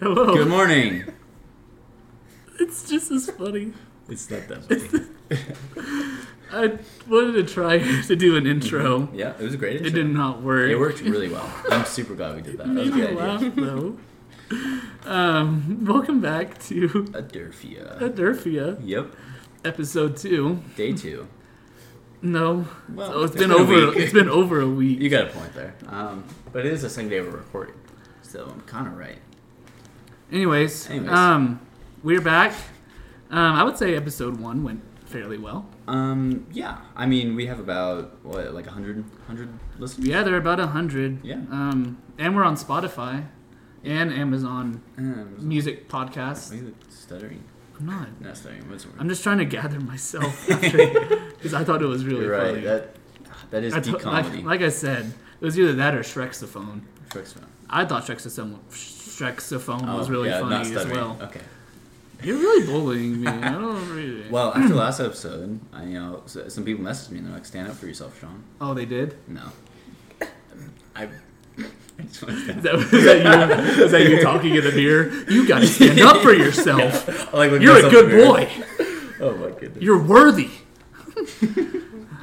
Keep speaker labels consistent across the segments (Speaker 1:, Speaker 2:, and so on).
Speaker 1: Hello.
Speaker 2: Good morning.
Speaker 1: Oh, It's just as funny.
Speaker 2: It's not that funny.
Speaker 1: I wanted to try to do an intro.
Speaker 2: Mm-hmm. Yeah, it was a great
Speaker 1: It
Speaker 2: intro.
Speaker 1: did not work.
Speaker 2: It worked really well. I'm super glad we did that. That was
Speaker 1: Made
Speaker 2: a
Speaker 1: me
Speaker 2: good idea.
Speaker 1: laugh though. Um, welcome back to
Speaker 2: Aderfia.
Speaker 1: Adurfia,
Speaker 2: Yep.
Speaker 1: episode two.
Speaker 2: Day two.
Speaker 1: No,
Speaker 2: Well,
Speaker 1: oh, it's
Speaker 2: it's
Speaker 1: been,
Speaker 2: been a
Speaker 1: over.
Speaker 2: week.
Speaker 1: It's been over a week.
Speaker 2: You got a point there. Um, but it is the same day we're recording, so I'm kind of right.
Speaker 1: Anyways,
Speaker 2: Anyways.
Speaker 1: um, we're back. Um, I would say episode one went fairly well.
Speaker 2: Um, yeah. I mean, we have about what, like 100, 100 listeners.
Speaker 1: Yeah, there are about a hundred.
Speaker 2: Yeah.
Speaker 1: Um, and we're on Spotify and Amazon
Speaker 2: Um,
Speaker 1: Music Podcast.
Speaker 2: why are you stuttering?
Speaker 1: I'm not.
Speaker 2: Not stuttering. What's the word?
Speaker 1: I'm just trying to gather myself because I thought it was really
Speaker 2: You're right.
Speaker 1: funny.
Speaker 2: That that is
Speaker 1: I
Speaker 2: deep
Speaker 1: thought- like,
Speaker 2: comedy.
Speaker 1: like I said, it was either that or Shrexophone.
Speaker 2: Tricks fun.
Speaker 1: I thought Shrexophone, Shrexophone was
Speaker 2: Oh,
Speaker 1: really
Speaker 2: yeah, not
Speaker 1: funny as
Speaker 2: stuttering.
Speaker 1: well.
Speaker 2: Okay.
Speaker 1: You're really bullying me. I don't really.
Speaker 2: Well, after the last episode, I you know s- some people messaged me and they're like, "Stand up for yourself, Sean."
Speaker 1: Oh, they did.
Speaker 2: No. I. I just
Speaker 1: Is that, is that you? Is that you talking in the mirror? You got to stand up for yourself.
Speaker 2: like look
Speaker 1: You're a
Speaker 2: myself
Speaker 1: good
Speaker 2: in the mirror.
Speaker 1: boy.
Speaker 2: Oh my goodness.
Speaker 1: You're worthy.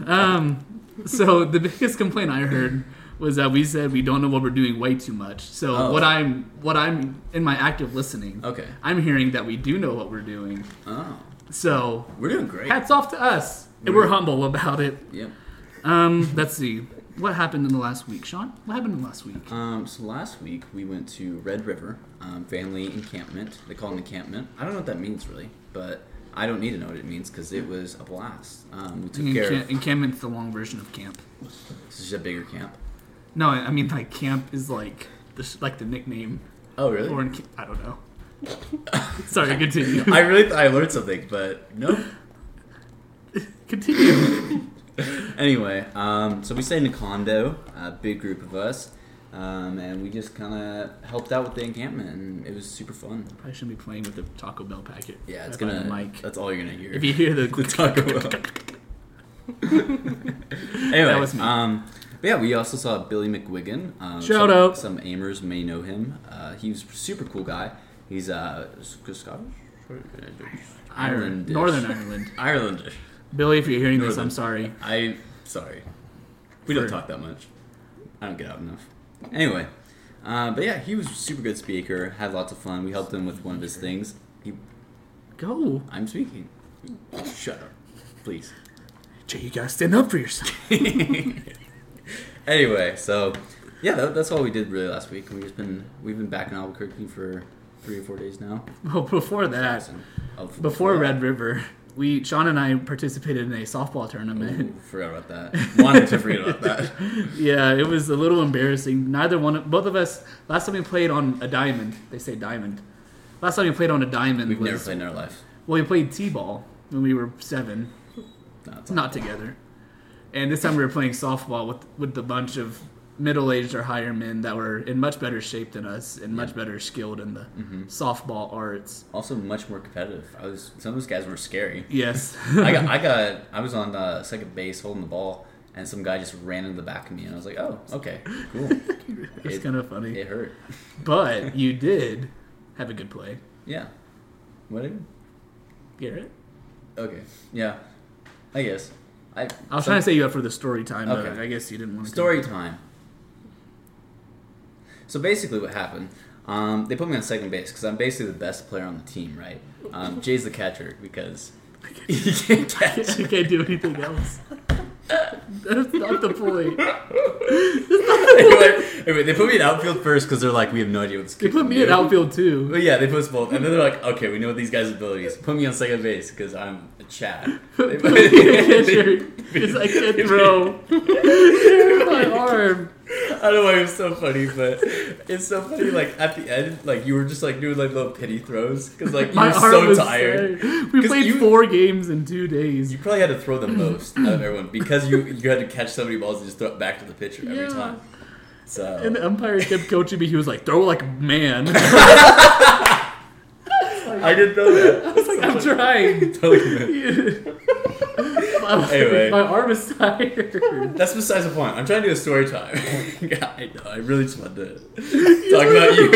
Speaker 1: um, so the biggest complaint I heard was that we said we don't know what we're doing way too much. So
Speaker 2: Oh.
Speaker 1: what I'm what I'm in my active listening,
Speaker 2: okay.
Speaker 1: I'm hearing that we do know what we're doing.
Speaker 2: Oh,
Speaker 1: So
Speaker 2: we're doing great.
Speaker 1: hats off to us, and we're humble about it.
Speaker 2: Yep.
Speaker 1: Um, let's see what happened in the last week, Sean. What happened in the last week?
Speaker 2: Um, so last week we went to Red River um, family encampment. They call it an encampment. I don't know what that means really, but I don't need to know what it means because it was a blast. Um, we took care.
Speaker 1: Encam-
Speaker 2: of
Speaker 1: encampment's the long version of camp.
Speaker 2: This is a bigger camp.
Speaker 1: No, I I mean like camp is like this, like the nickname,
Speaker 2: Oh really?
Speaker 1: or enc- I don't know. Sorry, continue.
Speaker 2: I really thought I learned something, but nope.
Speaker 1: Continue.
Speaker 2: anyway, um, so we stayed in a condo, a big group of us, um, and we just kind of helped out with the encampment, and it was super fun.
Speaker 1: I shouldn't be playing with the Taco Bell packet.
Speaker 2: Yeah, it's
Speaker 1: Right by
Speaker 2: gonna.
Speaker 1: the mic.
Speaker 2: That's all you're gonna hear.
Speaker 1: If you hear
Speaker 2: the
Speaker 1: the
Speaker 2: Taco Bell. anyway,
Speaker 1: was me.
Speaker 2: Um, but yeah, we also saw Billy McWiggin. Um,
Speaker 1: Shout
Speaker 2: some,
Speaker 1: out.
Speaker 2: Some Amers may know him. Uh, he was a super cool guy. He's uh, Scottish,
Speaker 1: Ireland, Northern Ireland,
Speaker 2: Irelandish.
Speaker 1: Billy, if you're hearing this,
Speaker 2: Northern.
Speaker 1: I'm sorry.
Speaker 2: I sorry. We don't
Speaker 1: For-
Speaker 2: talk that much. I don't get out enough. Anyway, uh, but yeah, he was a super good speaker. Had lots of fun. We helped him with one of his things. He,
Speaker 1: Go,
Speaker 2: I'm speaking. Shut up, please.
Speaker 1: Jay. You gotta stand up for yourself.
Speaker 2: Anyway, so yeah, that, that's all we did really last week. We've just been we've been back in Albuquerque for three or four days now.
Speaker 1: Well, before that,
Speaker 2: Awesome. Oh, f-
Speaker 1: before
Speaker 2: forgot.
Speaker 1: Red River, we Sean and I participated in a softball tournament.
Speaker 2: Ooh, forgot about that. Wanted to forget about that.
Speaker 1: Yeah, it was a little embarrassing. Neither one, of, both of us. Last time we played on a diamond, they say diamond. Last time we played on a diamond
Speaker 2: We've
Speaker 1: was
Speaker 2: never played in our life.
Speaker 1: well, we played t-ball when we were seven,
Speaker 2: No, it's
Speaker 1: not together. And this time we were playing softball with with a bunch of middle-aged or higher men that were in much better shape than us and much better skilled in the
Speaker 2: Mm-hmm.
Speaker 1: softball arts.
Speaker 2: Also, much more competitive. I was some of those guys were scary.
Speaker 1: Yes,
Speaker 2: I got, I got, I was on uh, second base holding the ball, and some guy just ran into the back of me, and I was like, "Oh, okay, cool."
Speaker 1: it's
Speaker 2: It-
Speaker 1: kind of funny.
Speaker 2: it hurt.
Speaker 1: But you did have a good play,
Speaker 2: Yeah. What?
Speaker 1: Garrett.
Speaker 2: Okay. Yeah. I guess. I.
Speaker 1: I was trying to say you up for the story time, but
Speaker 2: Okay.
Speaker 1: I guess you didn't want to.
Speaker 2: Story time. So basically, what happened? Um, they put me on second base because I'm basically the best player on the team, right? Um, Jay's the catcher because he can't catch.
Speaker 1: she can't do anything else. That's not the point.
Speaker 2: anyway, anyway, they put me in outfield first because they're like, we have no idea what this.
Speaker 1: They
Speaker 2: kid
Speaker 1: put
Speaker 2: can
Speaker 1: me in
Speaker 2: do."
Speaker 1: outfield too.
Speaker 2: But yeah, they put us both, and then they're like, "Okay, we know these guys' abilities. Put me on second base because I'm a Chad." They put me in
Speaker 1: Catcher, Because I can't throw. Through my arm.
Speaker 2: I don't know why it was so funny, but it's so funny. Like at the end, like you were just like doing like little pity throws because like you
Speaker 1: My
Speaker 2: were
Speaker 1: arm
Speaker 2: so
Speaker 1: was
Speaker 2: tired.
Speaker 1: tired. We
Speaker 2: 'Cause
Speaker 1: played
Speaker 2: you-
Speaker 1: four games in two days.
Speaker 2: You probably had to throw the most out of everyone because you you had to catch so many balls and just throw it back to the pitcher every
Speaker 1: Yeah.
Speaker 2: time. So
Speaker 1: And the umpire kept coaching me. He was like, "Throw like a man."
Speaker 2: I didn't know that. I was like,
Speaker 1: I'm trying.
Speaker 2: totally.
Speaker 1: My-
Speaker 2: Anyway.
Speaker 1: My arm is tired.
Speaker 2: That's besides the point. I'm trying to do a story time. yeah, I know. I really just wanted to talk about you.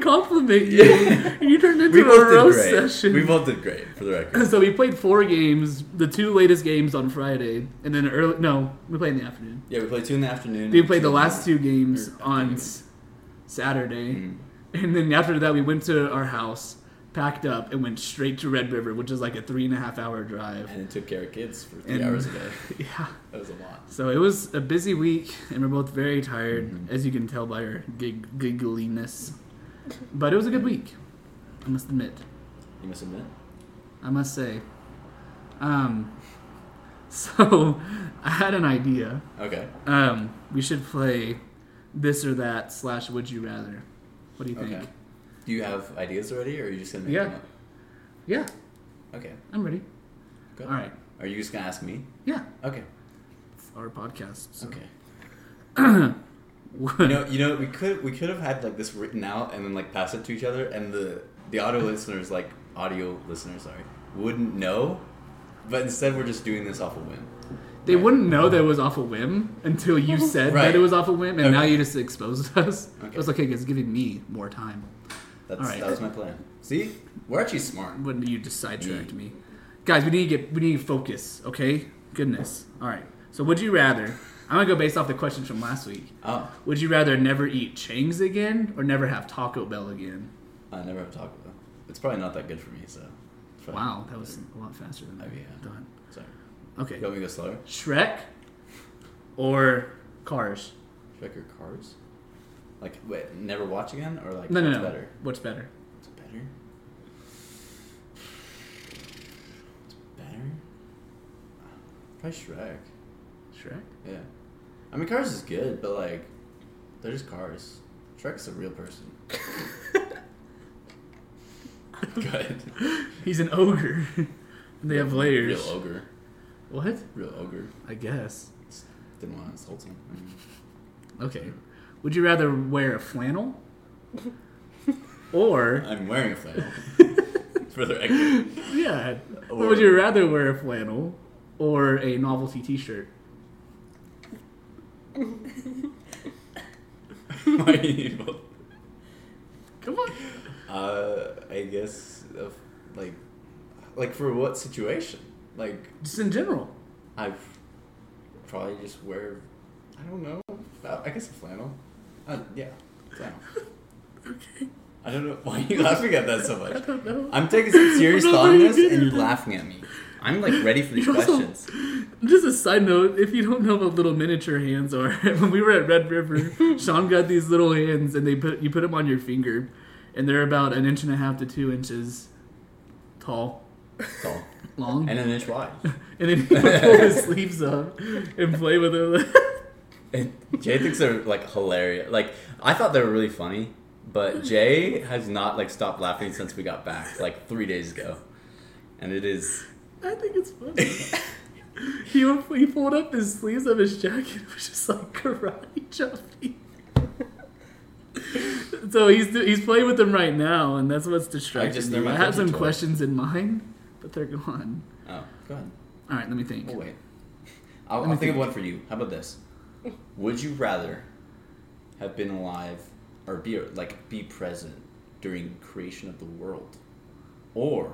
Speaker 1: compliment you. You turned into
Speaker 2: We
Speaker 1: a
Speaker 2: both did
Speaker 1: roast
Speaker 2: great.
Speaker 1: session.
Speaker 2: We both did great, for the record.
Speaker 1: so we played four games, the two latest games on Friday, and then early. No, we played in the afternoon.
Speaker 2: Yeah, we played two in the afternoon.
Speaker 1: We
Speaker 2: and
Speaker 1: played the
Speaker 2: two in
Speaker 1: last two games
Speaker 2: Or-
Speaker 1: on s- Saturday,
Speaker 2: Mhm.
Speaker 1: and then after that, we went to our house, packed up, and went straight to Red River, which is like a three and a half hour drive.
Speaker 2: And it took care of kids for three
Speaker 1: And-
Speaker 2: hours a day.
Speaker 1: Yeah.
Speaker 2: That was a lot.
Speaker 1: So it was a busy week, and we're both very tired, as you can tell by our gig- giggliness. But it was a good week, I must admit.
Speaker 2: You must admit.
Speaker 1: I must say. Um, so I had an idea.
Speaker 2: Okay.
Speaker 1: Um, we should play this or that slash would you rather. What do you think?
Speaker 2: Okay. Do you have ideas already, or are you just gonna make
Speaker 1: Yeah.
Speaker 2: them up?
Speaker 1: Yeah,
Speaker 2: Okay.
Speaker 1: I'm ready.
Speaker 2: Go.
Speaker 1: All right.
Speaker 2: Are you just gonna ask me?
Speaker 1: Yeah,
Speaker 2: Okay.
Speaker 1: it's our podcast. So.
Speaker 2: Okay.
Speaker 1: What-
Speaker 2: You know, you know, we could we could have had like this written out and then like pass it to each other, and the the audio listeners, like audio listeners, sorry, wouldn't know. But instead, we're just doing this off a whim.
Speaker 1: they wouldn't know that it was off a whim until you said
Speaker 2: Right.
Speaker 1: that it was off a whim, and now
Speaker 2: Okay.
Speaker 1: you just exposed us.
Speaker 2: Okay.
Speaker 1: It was okay because it's giving me more time.
Speaker 2: That's
Speaker 1: All right.
Speaker 2: that was my plan. See, we're actually smart.
Speaker 1: When you just sidetracked me, guys, we need to get we need to focus. Okay, goodness. All right. So would you rather? I'm gonna go based off the questions from last week.
Speaker 2: Oh,
Speaker 1: Would you rather never eat Chang's again or never have Taco Bell again?
Speaker 2: I never have Taco Bell. It's probably not that good for me, so. it's fine.
Speaker 1: Wow, that was a lot faster than I
Speaker 2: Oh, yeah.
Speaker 1: thought.
Speaker 2: Sorry.
Speaker 1: Okay,
Speaker 2: You want me to go slower?
Speaker 1: Shrek or Cars?
Speaker 2: Shrek or Cars? Like, wait, never watch again, or like
Speaker 1: No, no,
Speaker 2: what's
Speaker 1: no.
Speaker 2: better?
Speaker 1: What's better?
Speaker 2: It's better. It's better. Probably Shrek.
Speaker 1: Shrek.
Speaker 2: Yeah. I mean, Cars is good, but like, they're just cars. Shrek's a real person. good.
Speaker 1: He's an ogre. and they have layers.
Speaker 2: Real ogre.
Speaker 1: What?
Speaker 2: Real ogre.
Speaker 1: I guess.
Speaker 2: Didn't want to insult him. I mean,
Speaker 1: Okay. Would you rather wear a flannel? or
Speaker 2: I'm wearing a flannel. For the record.
Speaker 1: yeah. Or
Speaker 2: Or-
Speaker 1: would you rather wear a flannel or a novelty t shirt?
Speaker 2: Why are you both?
Speaker 1: Come on.
Speaker 2: Uh, I guess, uh, like, like for what situation? Like,
Speaker 1: Just in general.
Speaker 2: I probably just wear, I don't know, uh, I guess a flannel. Uh, yeah, flannel.
Speaker 1: Okay.
Speaker 2: I don't know why are you laughing at that so
Speaker 1: I
Speaker 2: much.
Speaker 1: don't know.
Speaker 2: I'm taking some serious
Speaker 1: I'm not
Speaker 2: thought on
Speaker 1: very
Speaker 2: this,
Speaker 1: good
Speaker 2: and
Speaker 1: at
Speaker 2: you're
Speaker 1: it.
Speaker 2: laughing at me. I'm like ready for these
Speaker 1: You're also-
Speaker 2: questions.
Speaker 1: Just a side note, if you don't know what little miniature hands are, when we were at Red River, Sean got these little hands, and they put you put them on your finger, and they're about an inch and a half to two inches tall,
Speaker 2: Tall
Speaker 1: long,
Speaker 2: and an inch wide.
Speaker 1: and then he would pull his sleeves up and play with them.
Speaker 2: And Jay thinks they're like hilarious. Like I thought they were really funny, but Jay has not like stopped laughing since we got back like three days ago, and it is
Speaker 1: I think it's funny. He would, he pulled up his sleeves of his jacket. It was just like karate choppy. so he's do- he's playing with them right now, and that's what's distracting
Speaker 2: just- they're
Speaker 1: me.
Speaker 2: my
Speaker 1: I had some
Speaker 2: fidget toy.
Speaker 1: questions in mind, but they're gone.
Speaker 2: oh go ahead.
Speaker 1: All right, let me think.
Speaker 2: We'll wait. I'll, I'll
Speaker 1: Let me
Speaker 2: think, of
Speaker 1: think.
Speaker 2: one for you. How about this? Would you rather have been alive or be like be present during creation of the world, or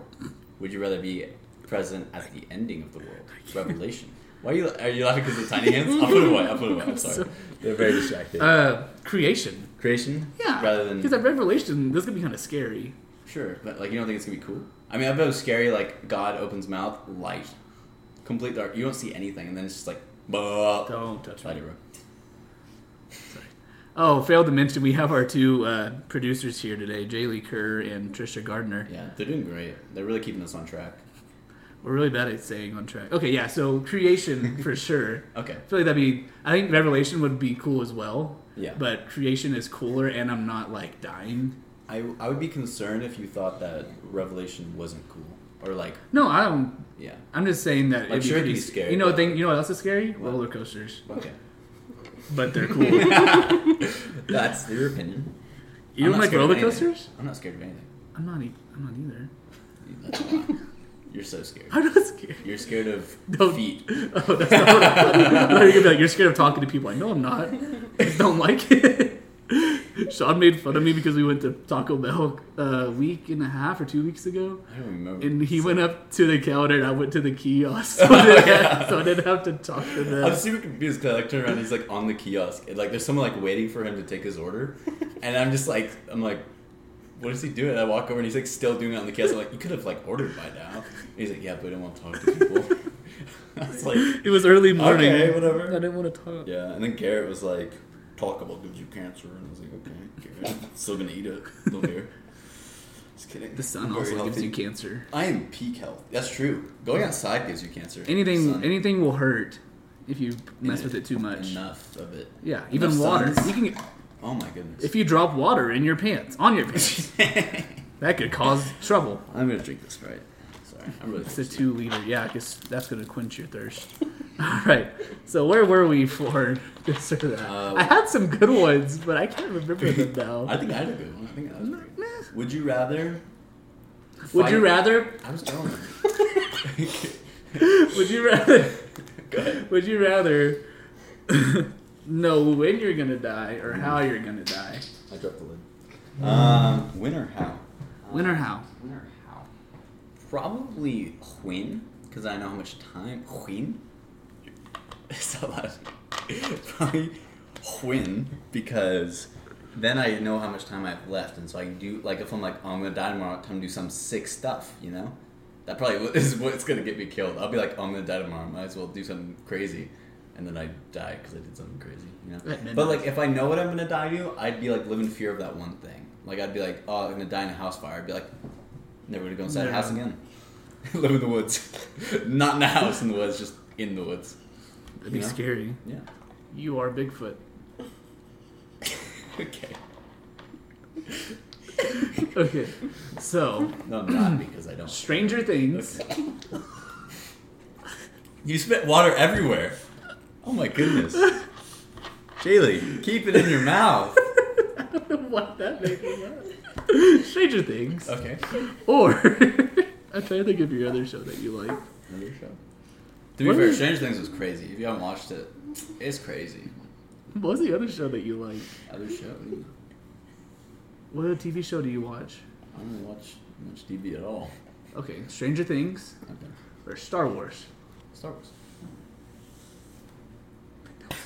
Speaker 2: would you rather be present at the ending of the world, Revelation? Why are you are you laughing because of the tiny hands? I'll put it away. I'll put it away. I'm sorry. They're very distracted.
Speaker 1: Uh, creation.
Speaker 2: creation,
Speaker 1: Yeah,
Speaker 2: rather than
Speaker 1: because at Revelation, this could be kind of scary.
Speaker 2: Sure, but like you don't think it's gonna be cool? I mean, I bet it was scary. Like God opens mouth, light, complete dark. You don't see anything, and then it's just like, bah.
Speaker 1: Don't touch
Speaker 2: Light
Speaker 1: me.
Speaker 2: it, bro.
Speaker 1: Oh, failed to mention we have our two uh, producers here today, Jay Lee Kerr and Trisha Gardner.
Speaker 2: Yeah, they're doing great. They're really keeping us on track.
Speaker 1: We're really bad at staying on track. Okay, yeah. So creation for sure.
Speaker 2: Okay.
Speaker 1: I feel like that'd be. I think Revelation would be cool as well.
Speaker 2: Yeah.
Speaker 1: But creation is cooler, and I'm not like dying.
Speaker 2: I, I would be concerned if you thought that Revelation wasn't cool. Or like,
Speaker 1: No, I don't.
Speaker 2: yeah.
Speaker 1: I'm just saying that.
Speaker 2: Like, sure, it'd be
Speaker 1: pretty-
Speaker 2: scary,
Speaker 1: You know,
Speaker 2: but-
Speaker 1: thing. You know what else is scary?
Speaker 2: What?
Speaker 1: Roller coasters.
Speaker 2: Okay.
Speaker 1: But they're cool. you
Speaker 2: That's your opinion. I'm
Speaker 1: don't
Speaker 2: not
Speaker 1: like
Speaker 2: scared of
Speaker 1: roller
Speaker 2: anything.
Speaker 1: coasters?
Speaker 2: I'm not scared of anything.
Speaker 1: I'm not. E- I'm not either.
Speaker 2: That's a lie. You're so scared.
Speaker 1: I'm not scared.
Speaker 2: You're scared of
Speaker 1: Don't-
Speaker 2: feet.
Speaker 1: Oh, that's not what I thought. I thought you were gonna be like, you're scared of talking to people. I know I'm not. I just don't like it. Sean made fun of me because we went to Taco Bell uh, a week and a half or two weeks ago,
Speaker 2: I don't remember.
Speaker 1: and he went up to the counter and I went to the kiosk, so, I didn't have, so I didn't have to talk to
Speaker 2: I'm
Speaker 1: them.
Speaker 2: super confused because I like turn around, and he's like on the kiosk, and like there's someone like waiting for him to take his order, and I'm just like, I'm like, what is he doing? And I walk over, and he's like still doing it on the kiosk. I'm like, you could have like ordered by now. And he's like, yeah, but I don't want to talk to people. I was like,
Speaker 1: It was early morning.
Speaker 2: Okay, whatever.
Speaker 1: I didn't want to talk.
Speaker 2: yeah. And then Garrett was like, talk about gives you cancer, and I was like, okay, Garrett, still gonna eat it. Don't care. Just kidding.
Speaker 1: The sun
Speaker 2: I'm very
Speaker 1: also gives
Speaker 2: healthy.
Speaker 1: you cancer.
Speaker 2: I am peak health. That's true. Going outside gives you cancer.
Speaker 1: Anything,
Speaker 2: Sun.
Speaker 1: anything will hurt if you mess with it too much.
Speaker 2: Enough of it.
Speaker 1: Yeah, even
Speaker 2: Enough
Speaker 1: water.
Speaker 2: suns.
Speaker 1: You can
Speaker 2: Oh my goodness.
Speaker 1: if you drop water in your pants on your pants, that could cause trouble.
Speaker 2: I'm gonna drink this right. Sorry, I'm really.
Speaker 1: It's a two liter. Yeah, I guess that's gonna quench your thirst. All right. So where were we for this or that?
Speaker 2: Uh,
Speaker 1: I had some good ones, but I can't remember them now.
Speaker 2: I think I had a good one. I think that was pretty
Speaker 1: Nah.
Speaker 2: good. Would you rather?
Speaker 1: Would you
Speaker 2: fight-
Speaker 1: rather?
Speaker 2: I was telling them.
Speaker 1: Would you rather? Would you rather know when you're gonna die or how you're gonna die?
Speaker 2: I dropped the lid. Uh, Um, win or how?
Speaker 1: When or how?
Speaker 2: Win or how? Probably win, because I know how much time. Win? It's not loud. Probably win, because then I know how much time I have left, and so I can do, like, if I'm like, oh, I'm gonna die tomorrow, time to do some sick stuff, you know? That probably is what's gonna get me killed. I'll be like, oh, I'm gonna die tomorrow, might as well do something crazy. And then I die because I did something crazy, you know?
Speaker 1: At midnight.
Speaker 2: But, like, if I know what I'm gonna die to, I'd be like, live in fear of that one thing. Like, I'd be like, oh, I'm gonna die in a house fire. I'd be like, never gonna go inside a
Speaker 1: Never.
Speaker 2: house again. Live in the woods. Not in a house in the woods, just in the woods.
Speaker 1: That'd be
Speaker 2: Yeah.
Speaker 1: scary.
Speaker 2: Yeah.
Speaker 1: You are Bigfoot.
Speaker 2: Okay.
Speaker 1: Okay. So
Speaker 2: No, I'm not because I don't.
Speaker 1: Stranger Things.
Speaker 2: You spit water everywhere. Oh my goodness. Jaylee, keep it in your mouth.
Speaker 1: what that made me laugh. Stranger Things.
Speaker 2: Okay.
Speaker 1: Or I'm trying to think of your other show that you like.
Speaker 2: Another show. To be
Speaker 1: What
Speaker 2: fair,
Speaker 1: is-
Speaker 2: Strange Things was crazy. If you haven't watched it, it's crazy.
Speaker 1: What was the other show that you like?
Speaker 2: Other show.
Speaker 1: What other TV show do you watch?
Speaker 2: I don't watch much TV at all.
Speaker 1: Okay, Stranger Things
Speaker 2: Okay.
Speaker 1: or Star Wars.
Speaker 2: Star Wars.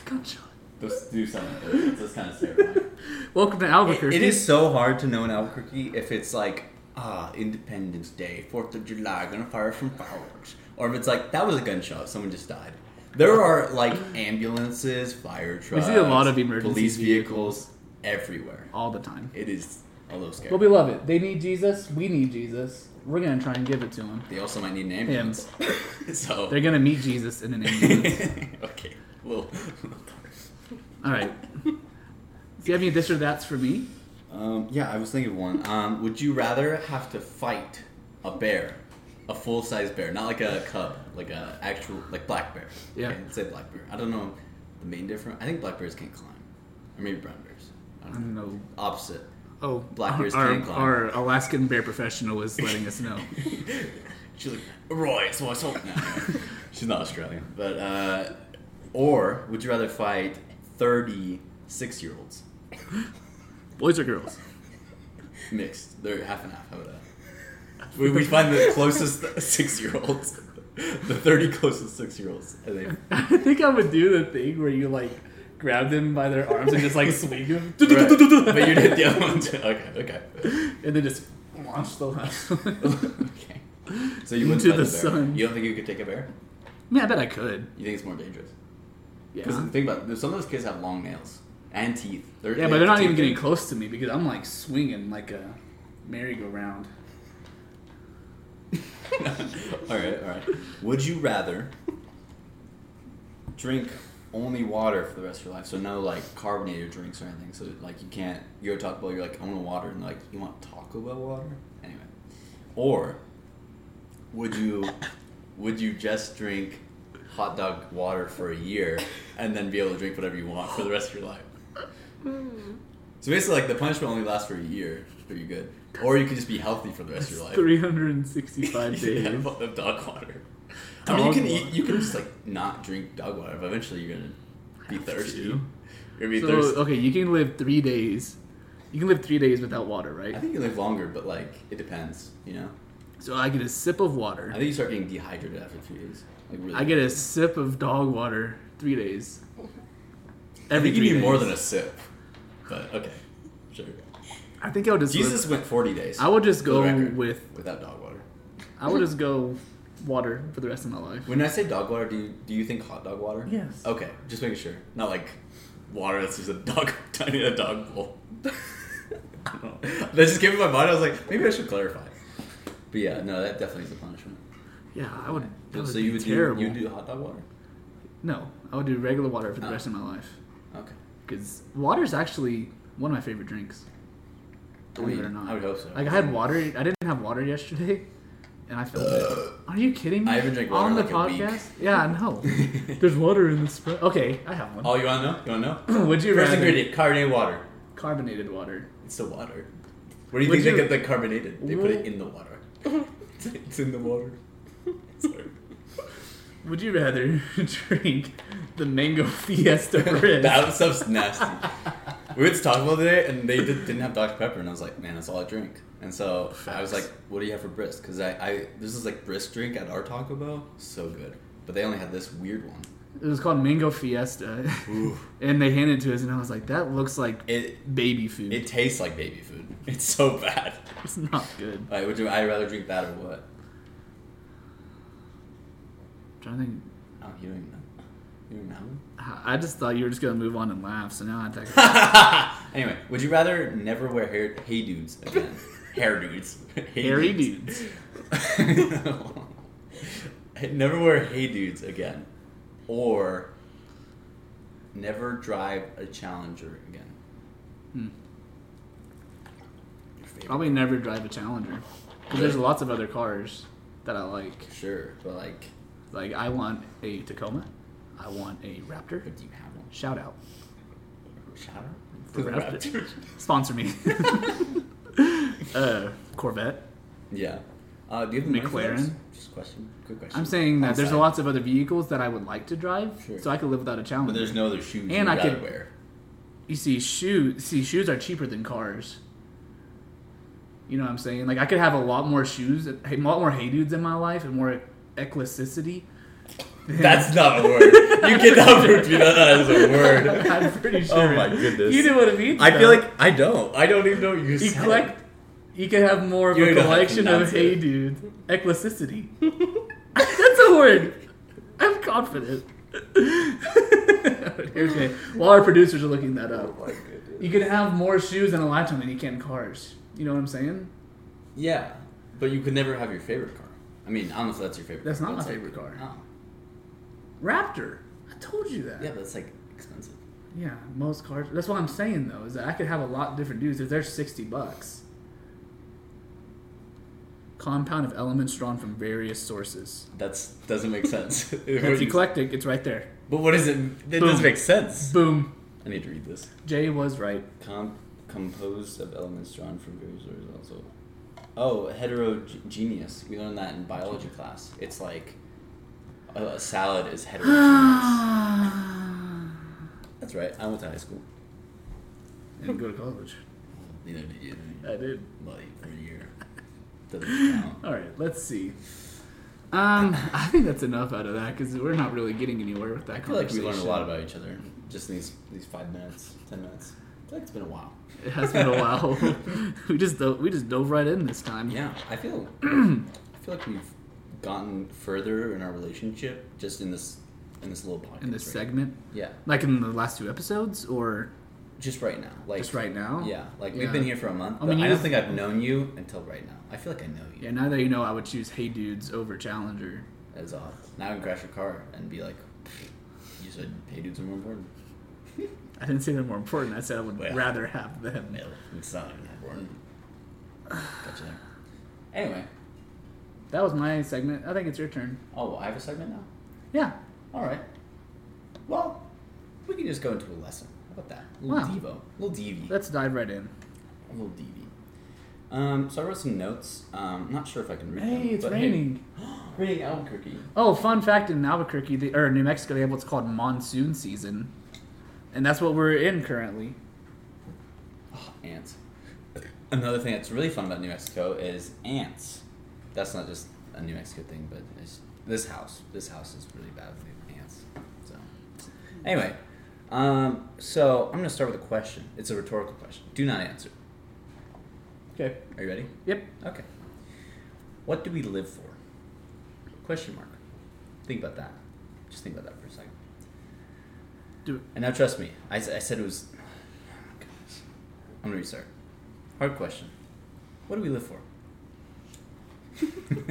Speaker 1: Gunshot.
Speaker 2: Let's do something. That's kind of terrifying.
Speaker 1: Welcome to
Speaker 2: It-
Speaker 1: Albuquerque.
Speaker 2: it is so hard to know in Albuquerque if it's like ah Independence Day, Fourth of July, gonna fire from fireworks, or if it's like that was a gunshot, someone just died. There are like ambulances, fire
Speaker 1: We
Speaker 2: trucks,
Speaker 1: see a lot of emergency
Speaker 2: police vehicles everywhere.
Speaker 1: all the time.
Speaker 2: It is a little scary.
Speaker 1: Well, we love it. They need Jesus. We need Jesus. We're gonna try and give it to them.
Speaker 2: they also might need an ambulance. so
Speaker 1: They're gonna meet Jesus in an ambulance.
Speaker 2: okay, well,
Speaker 1: all right. Do you have any this or that's for me?
Speaker 2: um, yeah, I was thinking of one. Um, would you rather have to fight a bear, a full size bear, not like a cub, like a actual like black bear?
Speaker 1: Yeah.
Speaker 2: okay, let's say black bear. I don't know the main difference. I think black bears can't climb, or maybe brown bears. I
Speaker 1: I
Speaker 2: don't know.
Speaker 1: don't know.
Speaker 2: Opposite.
Speaker 1: Oh,
Speaker 2: Black bears
Speaker 1: our,
Speaker 2: can climb.
Speaker 1: our Alaskan bear professional is letting us know.
Speaker 2: She's like, Roy, it's what's up now. She's not Australian. But, uh, or would you rather fight 36 year olds?
Speaker 1: Boys or girls?
Speaker 2: Mixed. They're half and half. How about that? We, we find the closest six year olds, the 30 closest six year olds. And they
Speaker 1: I think I would do the thing where you like grab them by their arms and just like swing them,
Speaker 2: Right. But you did the other one too. Okay, okay.
Speaker 1: and then just launch the last one.
Speaker 2: okay. So you wouldn't
Speaker 1: Into
Speaker 2: fight
Speaker 1: the
Speaker 2: a bear.
Speaker 1: sun.
Speaker 2: You don't think you could take a bear?
Speaker 1: Man, I bet I could.
Speaker 2: You think it's more dangerous?
Speaker 1: Yeah,
Speaker 2: Because think about it, some of those kids have long nails and teeth. They're,
Speaker 1: yeah, but they're not even getting
Speaker 2: getting close.
Speaker 1: close to me because I'm like swinging like a merry-go-round.
Speaker 2: all right, all right. Would you rather drink only water for the rest of your life? So no like carbonated drinks or anything. So like you can't. You go to Taco Bell. You're like I want water, and they're like you want Taco Bell water. Anyway, or would you would you just drink hot dog water for a year and then be able to drink whatever you want for the rest of your life? So basically, like the punishment only lasts for a year. Pretty good. Or you could just be healthy for the rest of your life.
Speaker 1: 365
Speaker 2: Yeah,
Speaker 1: days.
Speaker 2: but of dog water. I mean, you
Speaker 1: Dog
Speaker 2: can eat,
Speaker 1: water.
Speaker 2: you can just like not drink dog water, but eventually you're gonna be
Speaker 1: Have to.
Speaker 2: thirsty. You're gonna be
Speaker 1: So
Speaker 2: thirsty.
Speaker 1: okay, you can live three days, You can live three days without water, right?
Speaker 2: I think you live longer, but like it depends. You know,
Speaker 1: So I get a sip of
Speaker 2: I
Speaker 1: water.
Speaker 2: think you start getting dehydrated after three days. Like really,
Speaker 1: I get a sip of dog water three days.
Speaker 2: I
Speaker 1: Every
Speaker 2: think you
Speaker 1: three
Speaker 2: need more
Speaker 1: days.
Speaker 2: than a sip, but okay, sure.
Speaker 1: I think I would just.
Speaker 2: Jesus
Speaker 1: live-
Speaker 2: went forty days.
Speaker 1: I would just
Speaker 2: for the
Speaker 1: go
Speaker 2: record,
Speaker 1: with.
Speaker 2: without dog water.
Speaker 1: I would just go water for the rest of my life.
Speaker 2: When I say dog water, do you, do you think hot dog water?
Speaker 1: Yes.
Speaker 2: Okay, just making sure. Not like water that's just a dog tiny in a dog bowl. I don't know. that just came in my mind. I was like, maybe I should clarify. But yeah, no, that definitely is a punishment.
Speaker 1: Yeah, I would. That would
Speaker 2: so
Speaker 1: be
Speaker 2: you would
Speaker 1: terrible.
Speaker 2: do you would do hot dog water?
Speaker 1: No, I would do regular water for the
Speaker 2: Oh.
Speaker 1: rest of my life.
Speaker 2: Okay.
Speaker 1: Because water's actually one of my favorite drinks.
Speaker 2: I
Speaker 1: Believe
Speaker 2: mean,
Speaker 1: it or not.
Speaker 2: I would hope so.
Speaker 1: Like I had water. I didn't have water yesterday, and I felt
Speaker 2: Ugh.
Speaker 1: it. Are you kidding me?
Speaker 2: I haven't drank water
Speaker 1: on
Speaker 2: in,
Speaker 1: the
Speaker 2: like, a week.
Speaker 1: podcast. Yeah, I know. There's water in the spring. Okay, I have one.
Speaker 2: Oh, you wanna know? You wanna know?
Speaker 1: Would you
Speaker 2: First
Speaker 1: rather
Speaker 2: ingredient: carbonated water.
Speaker 1: carbonated water?
Speaker 2: It's the water. Where do you
Speaker 1: Would
Speaker 2: think
Speaker 1: you-
Speaker 2: they get the carbonated? They put it
Speaker 1: Wh-
Speaker 2: in the water. it's in the water. Sorry.
Speaker 1: Would you rather drink the mango fiesta Rizz?
Speaker 2: That stuff's nasty. we were talking about it today, and they did, didn't have Dr Pepper, and I was like, man, that's all I drink. And so I was like, what do you have for brisk? Because I, I this is like brisk drink at our Taco Bell, so good. But they only had this weird one.
Speaker 1: it was called mango fiesta,
Speaker 2: Ooh.
Speaker 1: and they handed it to us, and I was like, that looks like
Speaker 2: It
Speaker 1: baby food.
Speaker 2: it tastes like baby food. It's so bad.
Speaker 1: it's not good.
Speaker 2: Like, would you? I'd rather drink that or what?
Speaker 1: trying to think.
Speaker 2: Oh, you don't even know. You don't even know.
Speaker 1: I just thought you were just gonna move on and laugh, so now I think
Speaker 2: anyway, would you rather never wear hair hey dudes again? hair dudes. Hey
Speaker 1: hairy dudes.
Speaker 2: never wear hey dudes again. Or never drive a challenger again.
Speaker 1: Hmm.
Speaker 2: Your favorite.
Speaker 1: Probably never drive a Challenger because there's lots of other cars that I like.
Speaker 2: Sure, but like
Speaker 1: Like I want a Tacoma, I want a Raptor.
Speaker 2: but do you have one?
Speaker 1: Shout out,
Speaker 2: Shadow?
Speaker 1: The Raptor. sponsor me. uh, Corvette.
Speaker 2: Yeah. Uh, do you have the money for
Speaker 1: McLaren?
Speaker 2: those? Just a question. Good question.
Speaker 1: I'm saying that there's
Speaker 2: Outside.
Speaker 1: lots of other vehicles that I would like to drive,
Speaker 2: Sure.
Speaker 1: so I could live without a Challenger.
Speaker 2: But there's no other shoes
Speaker 1: And
Speaker 2: you'd
Speaker 1: I could-
Speaker 2: rather wear.
Speaker 1: You see, shoes. See, shoes are cheaper than cars. You know what I'm saying? Like I could have a lot more shoes, a lot more hey dudes in my life, and more eclecticity.
Speaker 2: That's not a word. You cannot repeat that as a word.
Speaker 1: I'm pretty sure.
Speaker 2: Oh my goodness.
Speaker 1: You know what I mean?
Speaker 2: I feel
Speaker 1: though.
Speaker 2: like I don't. I don't even know what you
Speaker 1: you
Speaker 2: said.
Speaker 1: collect. You could have more of
Speaker 2: You
Speaker 1: a
Speaker 2: don't have to
Speaker 1: collection of
Speaker 2: pronounce it.
Speaker 1: hey dudes. Eclecticity. That's a word. I'm confident. okay. While our producers are looking that up,
Speaker 2: my goodness.
Speaker 1: you could have more shoes in a lifetime than you can cars. You know what I'm saying?
Speaker 2: Yeah, but you could never have your favorite car. I mean, I don't know if that's your favorite.
Speaker 1: That's
Speaker 2: car.
Speaker 1: not my
Speaker 2: like-
Speaker 1: favorite car.
Speaker 2: Oh.
Speaker 1: Raptor. I told you that.
Speaker 2: Yeah, but that's like expensive.
Speaker 1: Yeah, most cars. That's what I'm saying though, is that I could have a lot of different dudes if they're sixty bucks. Compound of elements drawn from various sources.
Speaker 2: That's doesn't make sense.
Speaker 1: That's eclectic. It's right there.
Speaker 2: but what is it? It
Speaker 1: Boom.
Speaker 2: doesn't make sense.
Speaker 1: Boom.
Speaker 2: I need to read this.
Speaker 1: Jay was right.
Speaker 2: Com- composed of elements drawn from various sources. Also, oh, heterogeneous. We learned that in biology class. It's like a, a salad is heterogeneous.
Speaker 1: Ah.
Speaker 2: That's right. I went to high school.
Speaker 1: and go to college.
Speaker 2: Neither did you.
Speaker 1: I did.
Speaker 2: Like for a year. Doesn't count.
Speaker 1: All right. Let's see. Um, I think that's enough out of that because we're not really getting anywhere with that
Speaker 2: I feel like we
Speaker 1: conversation.
Speaker 2: learned a lot about each other just in these these five minutes, ten minutes. I feel like it's been a while.
Speaker 1: It has been a while. we just do- we just dove right in this time.
Speaker 2: Yeah, I feel I feel like we've gotten further in our relationship just in this in this little podcast.
Speaker 1: In this
Speaker 2: right
Speaker 1: segment,
Speaker 2: now. yeah,
Speaker 1: like in the last two episodes, or
Speaker 2: just right now, like
Speaker 1: just right now.
Speaker 2: Yeah, like
Speaker 1: Yeah.
Speaker 2: we've been here for a month.
Speaker 1: I
Speaker 2: I,
Speaker 1: mean,
Speaker 2: I
Speaker 1: you-
Speaker 2: don't think I've known you until right now. I feel like I know you.
Speaker 1: Yeah, now that you know, I would choose Hey Dudes over Challenger.
Speaker 2: That is odd. Now I can crash your car and be like, you said hey dudes are more important.
Speaker 1: I didn't say they're more important. I said I would
Speaker 2: Well.
Speaker 1: rather have them.
Speaker 2: No, it's not even important. Gotcha. there. Anyway,
Speaker 1: That was my segment. I think it's your turn.
Speaker 2: oh, I have a segment now.
Speaker 1: Yeah.
Speaker 2: All right. Well, we can just go into a lesson. How about that? A little
Speaker 1: Wow.
Speaker 2: Devo. A little DV.
Speaker 1: Let's dive right in.
Speaker 2: a little DV. Um, so I wrote some notes. Um, not sure if I can read them.
Speaker 1: Hey, it's
Speaker 2: but
Speaker 1: raining.
Speaker 2: raining Albuquerque.
Speaker 1: Oh, fun fact in Albuquerque, they, or New Mexico, they have what's called monsoon season. And that's what we're in currently.
Speaker 2: Oh, ants. Another thing that's really fun about New Mexico is ants. That's not just a New Mexico thing, but it's this house. This house is really bad with ants. So, anyway, um, so I'm gonna start with a question. It's a rhetorical question. Do not answer.
Speaker 1: Okay.
Speaker 2: Are you ready?
Speaker 1: Yep.
Speaker 2: Okay. What do we live for? Question mark. Think about that. Just think about that for a second.
Speaker 1: Do it.
Speaker 2: And now trust me, I, s- I said it was. Oh my goodness. I'm gonna restart. Hard question. What do we live for?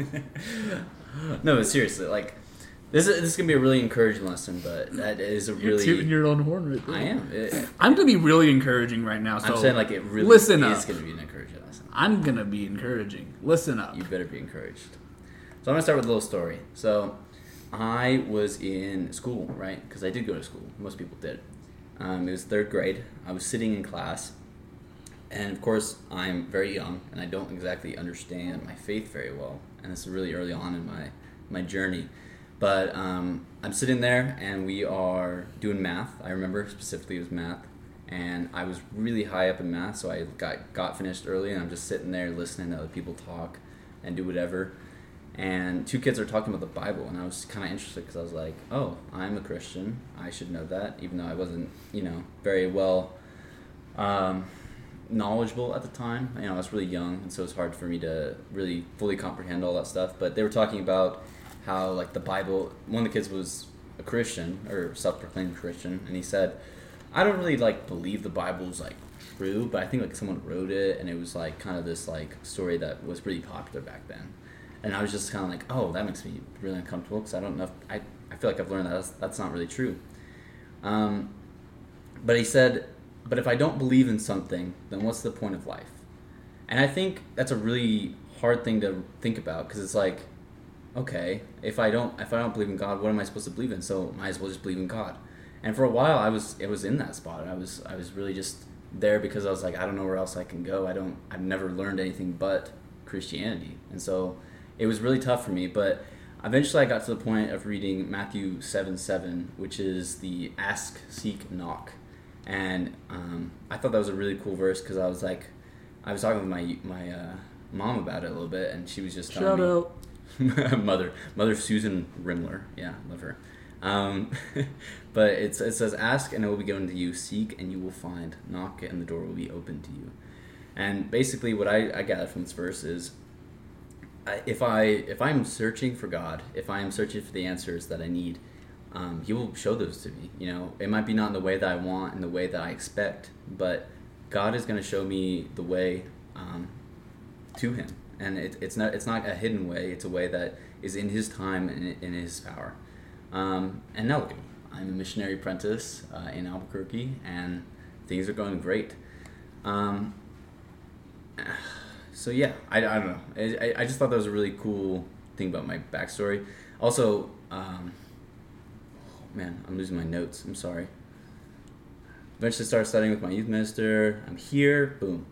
Speaker 2: no, but seriously, like this is this is gonna be a really encouraging lesson, but that is a
Speaker 1: You're
Speaker 2: really.
Speaker 1: tooting your own horn right there.
Speaker 2: I am. It-
Speaker 1: I'm gonna be really encouraging right now. So
Speaker 2: I'm saying like it really
Speaker 1: listen
Speaker 2: is
Speaker 1: up.
Speaker 2: gonna be an encouraging lesson.
Speaker 1: I'm gonna be encouraging. Listen up.
Speaker 2: You better be encouraged. So I'm gonna start with a little story. So I was in school, right? Because I did go to school. Most people did. Um, it was third grade. I was sitting in class, and of course I'm very young, and I don't exactly understand my faith very well. And this is really early on in my my journey. But um, I'm sitting there, and we are doing math. I remember specifically it was math, and I was really high up in math, so I got got finished early, and I'm just sitting there listening to other people talk and do whatever. And two kids are talking about the Bible, and I was kind of interested because I was like, "Oh, I'm a Christian. I should know that," even though I wasn't, you know, very well um, knowledgeable at the time. You know, I was really young, and so it's hard for me to really fully comprehend all that stuff. But they were talking about how, like, the Bible. One of the kids was a Christian or self-proclaimed Christian, and he said, "I don't really like believe the Bible's like true, but I think like someone wrote it, and it was like kind of this like story that was really popular back then." And I was just kind of like, "Oh, that makes me really uncomfortable because I don't know. If, I I feel like I've learned that that's, that's not really true." Um, but he said, But if I don't believe in something, then what's the point of life? And I think that's a really hard thing to think about because it's like, okay, if I don't if I don't believe in God, what am I supposed to believe in? So might as well just believe in God. And for a while, I was it was in that spot, and I was I was really just there because I was like, I don't know where else I can go. I don't I've never learned anything but Christianity, and so it was really tough for me. But eventually, I got to the point of reading Matthew seven seven, which is the ask, seek, knock, and um, I thought that was a really cool verse because I was like, I was talking with my my uh, mom about it a little bit, and she was just
Speaker 1: Shout
Speaker 2: telling me,
Speaker 1: out.
Speaker 2: mother, mother Susan Rimler. Yeah, love her. Um, but it's, it says, "Ask and it will be given to you. Seek and you will find. Knock and the door will be open to you." And basically, what I, I gathered from this verse is, I- if I if I'm searching for God, if I am searching for the answers that I need, um, He will show those to me. You know, it might be not in the way that I want, in the way that I expect, but God is going to show me the way um, to him and it, it's not it's not a hidden way it's a way that is in his time and in his power um, and now look at me i'm a missionary apprentice uh, in albuquerque and things are going great um, so yeah i, I don't know I, I- I just thought that was a really cool thing about my backstory also um, oh, man i'm losing my notes i'm sorry eventually started studying with my youth minister i'm here boom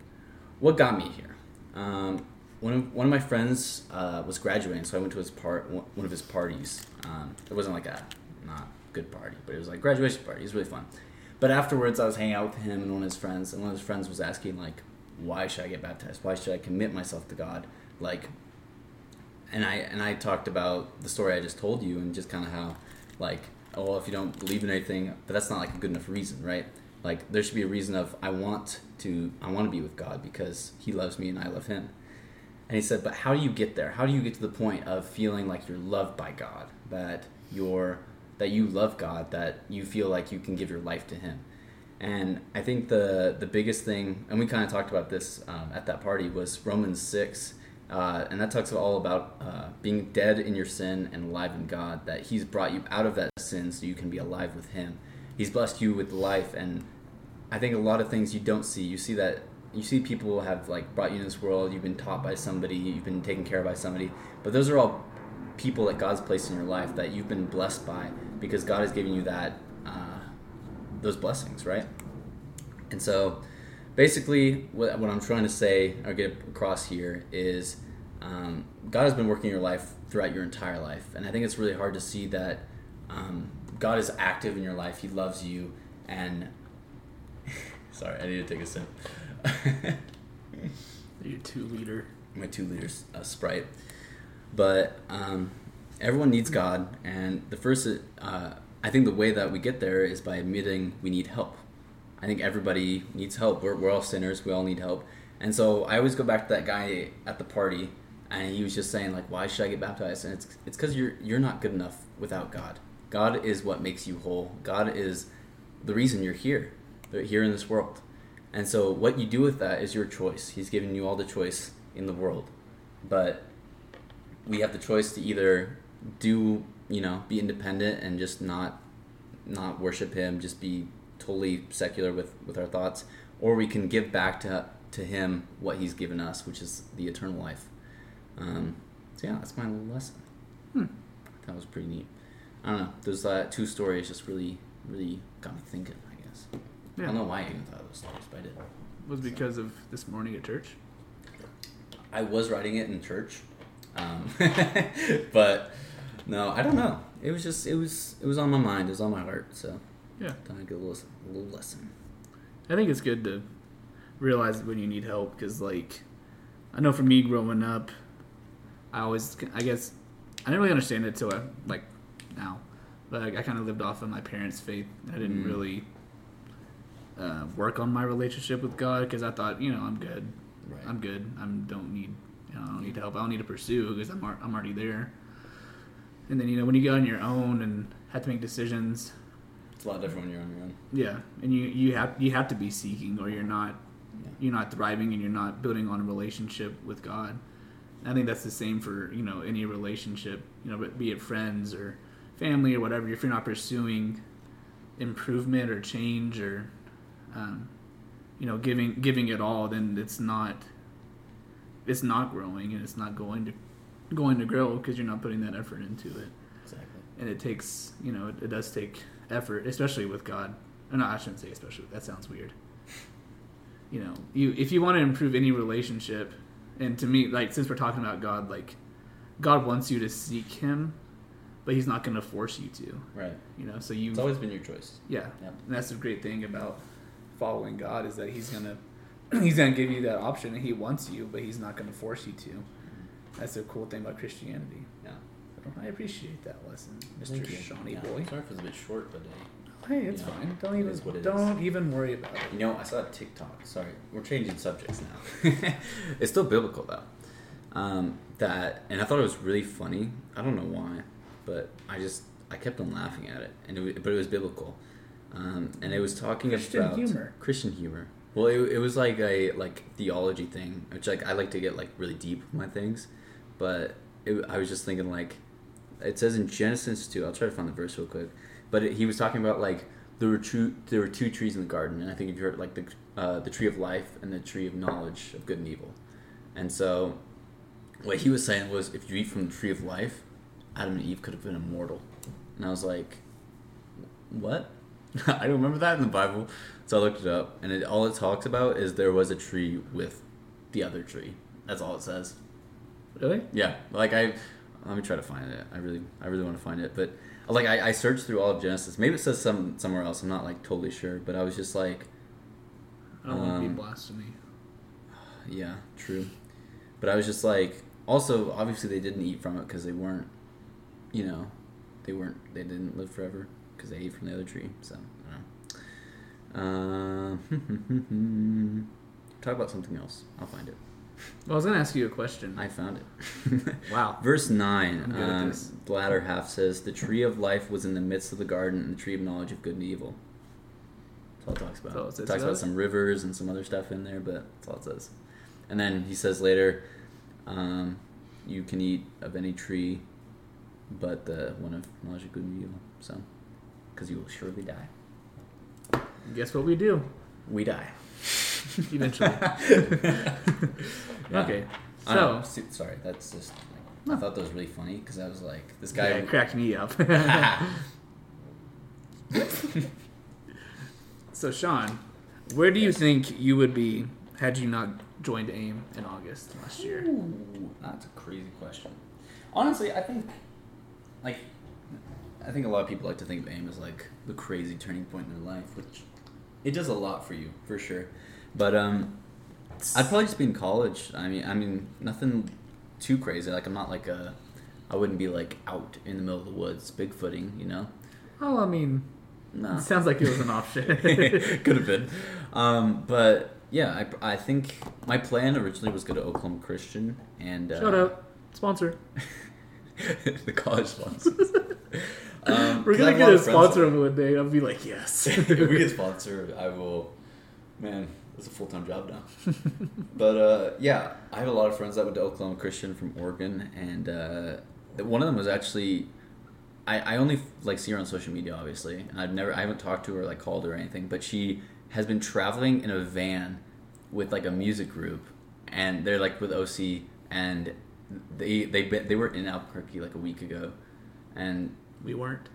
Speaker 2: what got me here? Um, one of one of my friends uh, was graduating, so I went to his part one one of his parties. Um, it wasn't like a not good party, but it was like graduation party. It was really fun. But afterwards, I was hanging out with him and one of his friends, and one of his friends was asking like, "Why should I get baptized? Why should I commit myself to God?" Like, and I and I talked about the story I just told you and just kind of how like oh well, if you don't believe in anything but that's not like a good enough reason right like there should be a reason of I want to I want to be with God because he loves me and I love him and he said but how do you get there how do you get to the point of feeling like you're loved by God that you're that you love God that you feel like you can give your life to him and I think the the biggest thing, and we kind of talked about this um, at that party, was Romans six, uh, and that talks all about uh, being dead in your sin and alive in God. That He's brought you out of that sin, so you can be alive with Him. He's blessed you with life, and I think a lot of things you don't see. You see that you see people have like brought you in this world. You've been taught by somebody. You've been taken care of by somebody. But those are all people that God's placed in your life that you've been blessed by because God has given you that. Uh, those blessings, right? And so, basically, what, what I'm trying to say or get across here is um, God has been working in your life throughout your entire life. And I think it's really hard to see that um, God is active in your life, He loves you, and Sorry, I need to take a sip.
Speaker 1: Your two liter.
Speaker 2: my two liters uh, Sprite. But um, everyone needs God, and the first, uh, I think, the way that we get there is by admitting we need help. I think everybody needs help. We're, we're all sinners. We all need help. And so I always go back to that guy at the party, and he was just saying like, "Why should I get baptized?" And it's it's because you're you're not good enough without God. God is what makes you whole. God is the reason you're here, You're here in this world. And so what you do with that is your choice. He's given you all the choice in the world. But we have the choice to either do, you know, be independent and just not not worship him, just be totally secular with with our thoughts, or we can give back to to him what he's given us, which is the eternal life. Um, so yeah, that's my little lesson. That was pretty neat. I don't know. Those uh, two stories just really, really got me thinking. I guess I don't know why I even thought of those stories, but I did.
Speaker 1: was because of this morning at church.
Speaker 2: I was writing it in church, um, but no, I don't know. It was just it was it was on my mind. It was on my heart. So
Speaker 1: Yeah.
Speaker 2: thought I'd give a little, a little lesson.
Speaker 1: I think it's good to realize when you need help because, like, I know for me growing up, I always, I guess, I didn't really understand it till I, like, now. But I kind of lived off of my parents' faith. I didn't
Speaker 2: Mm.
Speaker 1: really uh, work on my relationship with God because I thought, you know, I'm good.
Speaker 2: Right.
Speaker 1: I'm good. I don't need, you know, I don't need help. I don't need to pursue because I'm, al- I'm already there. And then, you know, when you go on your own and have to make decisions,
Speaker 2: it's a lot different when you're on your own.
Speaker 1: yeah, and you you have you have to be seeking, or you're not
Speaker 2: Yeah.
Speaker 1: you're not thriving, and you're not building on a relationship with God. And I think that's the same for you know any relationship, you know, but be it friends or family or whatever. If you're not pursuing improvement or change or um, you know giving giving it all, then it's not it's not growing and it's not going to going to grow because you're not putting that effort into it
Speaker 2: Exactly.
Speaker 1: and it takes you know it, it does take effort especially with god Oh, no i shouldn't say especially that sounds weird you know you if you want to improve any relationship and to me like since we're talking about god like god wants you to seek him but he's not going to force you to
Speaker 2: Right.
Speaker 1: you know so you
Speaker 2: It's always been your choice.
Speaker 1: yeah
Speaker 2: Yep.
Speaker 1: and that's the great thing about following god is that he's going to he's going to give you that option and he wants you but he's not going to force you to that's the cool thing about christianity
Speaker 2: Yeah.
Speaker 1: Mm-hmm. i appreciate that lesson mr
Speaker 2: Thank you.
Speaker 1: shawnee
Speaker 2: Yeah.
Speaker 1: boy
Speaker 2: Sorry if it's a bit short, but uh,
Speaker 1: Hey, it's
Speaker 2: Yeah.
Speaker 1: fine. Don't
Speaker 2: It
Speaker 1: even
Speaker 2: is what it is.
Speaker 1: don't even worry about it.
Speaker 2: you know, I saw a TikTok. Sorry, we're changing subjects now. it's still biblical though. Um, that and I thought it was really funny. I don't know why, but I just I kept on laughing at it, and it was, but it was biblical. Um, and it was talking
Speaker 1: Christian
Speaker 2: about
Speaker 1: humor.
Speaker 2: Christian humor. Well, it, it was like a like theology thing, which like I like to get like really deep with my things, but it, I was just thinking like it says in Genesis two. I'll try to find the verse real quick, but it, he was talking about like there were two there were two trees in the garden, and I think if you heard like the uh, the tree of life and the tree of knowledge of good and evil, and so what he was saying was if you eat from the tree of life, Adam and Eve could have been immortal, and I was like, what? I don't remember that in the Bible. So I looked it up, and it, all it talks about is there was a tree with the other tree. That's all it says.
Speaker 1: Really?
Speaker 2: Yeah, like I, let me try to find it. I really, I really want to find it, but like I, I searched through all of Genesis. Maybe it says some somewhere else. I'm not like totally sure, but I was just like,
Speaker 1: I don't want to be
Speaker 2: Um,
Speaker 1: blasphemy.
Speaker 2: yeah, true. But I was just like, also obviously they didn't eat from it because they weren't, you know, they weren't, they didn't live forever because they ate from the other tree. So I don't know. Uh, talk about something else. I'll find it.
Speaker 1: Well, I was gonna ask you a question.
Speaker 2: I found it.
Speaker 1: wow.
Speaker 2: Verse
Speaker 1: I'm
Speaker 2: 9,
Speaker 1: good at
Speaker 2: um,
Speaker 1: this.
Speaker 2: the latter half says, The tree of life was in the midst of the garden, and the tree of knowledge of good and evil. That's all it talks about.
Speaker 1: That's all it says
Speaker 2: talks about
Speaker 1: about it?
Speaker 2: some rivers and some other stuff in there, but that's all it says. And then he says later, um, You can eat of any tree but the one of knowledge of good and evil. So, because you will surely die.
Speaker 1: Guess what we do
Speaker 2: We die.
Speaker 1: eventually.
Speaker 2: Yeah.
Speaker 1: Okay.
Speaker 2: I don't know.
Speaker 1: So
Speaker 2: So- sorry, that's just.
Speaker 1: No.
Speaker 2: I thought that was really funny because I was like, this
Speaker 1: guy
Speaker 2: guy.
Speaker 1: yeah, cracked me up. so Sean, where do you think you would be had you not joined AIM in August last year?
Speaker 2: Ooh, that's a crazy question. Honestly, I think, like, I think a lot of people like to think of AIM as like the crazy turning point in their life, which it does a lot for you for sure. But um,
Speaker 1: nuts.
Speaker 2: I'd probably just be in college. I mean, I mean, nothing too crazy. Like I'm not like a, I wouldn't be like out in the middle of the woods bigfooting. You know,
Speaker 1: Oh, I mean,
Speaker 2: no.
Speaker 1: it sounds like it was an option.
Speaker 2: Could have been. Um, but yeah, I, I think my plan originally was go to Oklahoma Christian and uh,
Speaker 1: Shout out sponsor.
Speaker 2: the college sponsors. Um,
Speaker 1: We're
Speaker 2: 'cause I
Speaker 1: gonna
Speaker 2: have
Speaker 1: get
Speaker 2: lot
Speaker 1: a
Speaker 2: of friends
Speaker 1: sponsor one day. I'll be like, yes.
Speaker 2: if we get sponsored, I will. Man, it's a full time job now. but uh, yeah, I have a lot of friends that went to Oklahoma Christian from Oregon, and uh, th- one of them was actually. I, I only like see her on social media, obviously, and I've never I haven't talked to her, like called her or anything. But she has been traveling in a van with like a music group, and they're like with OC, and they they been, they were in Albuquerque like a week ago, and
Speaker 1: we weren't.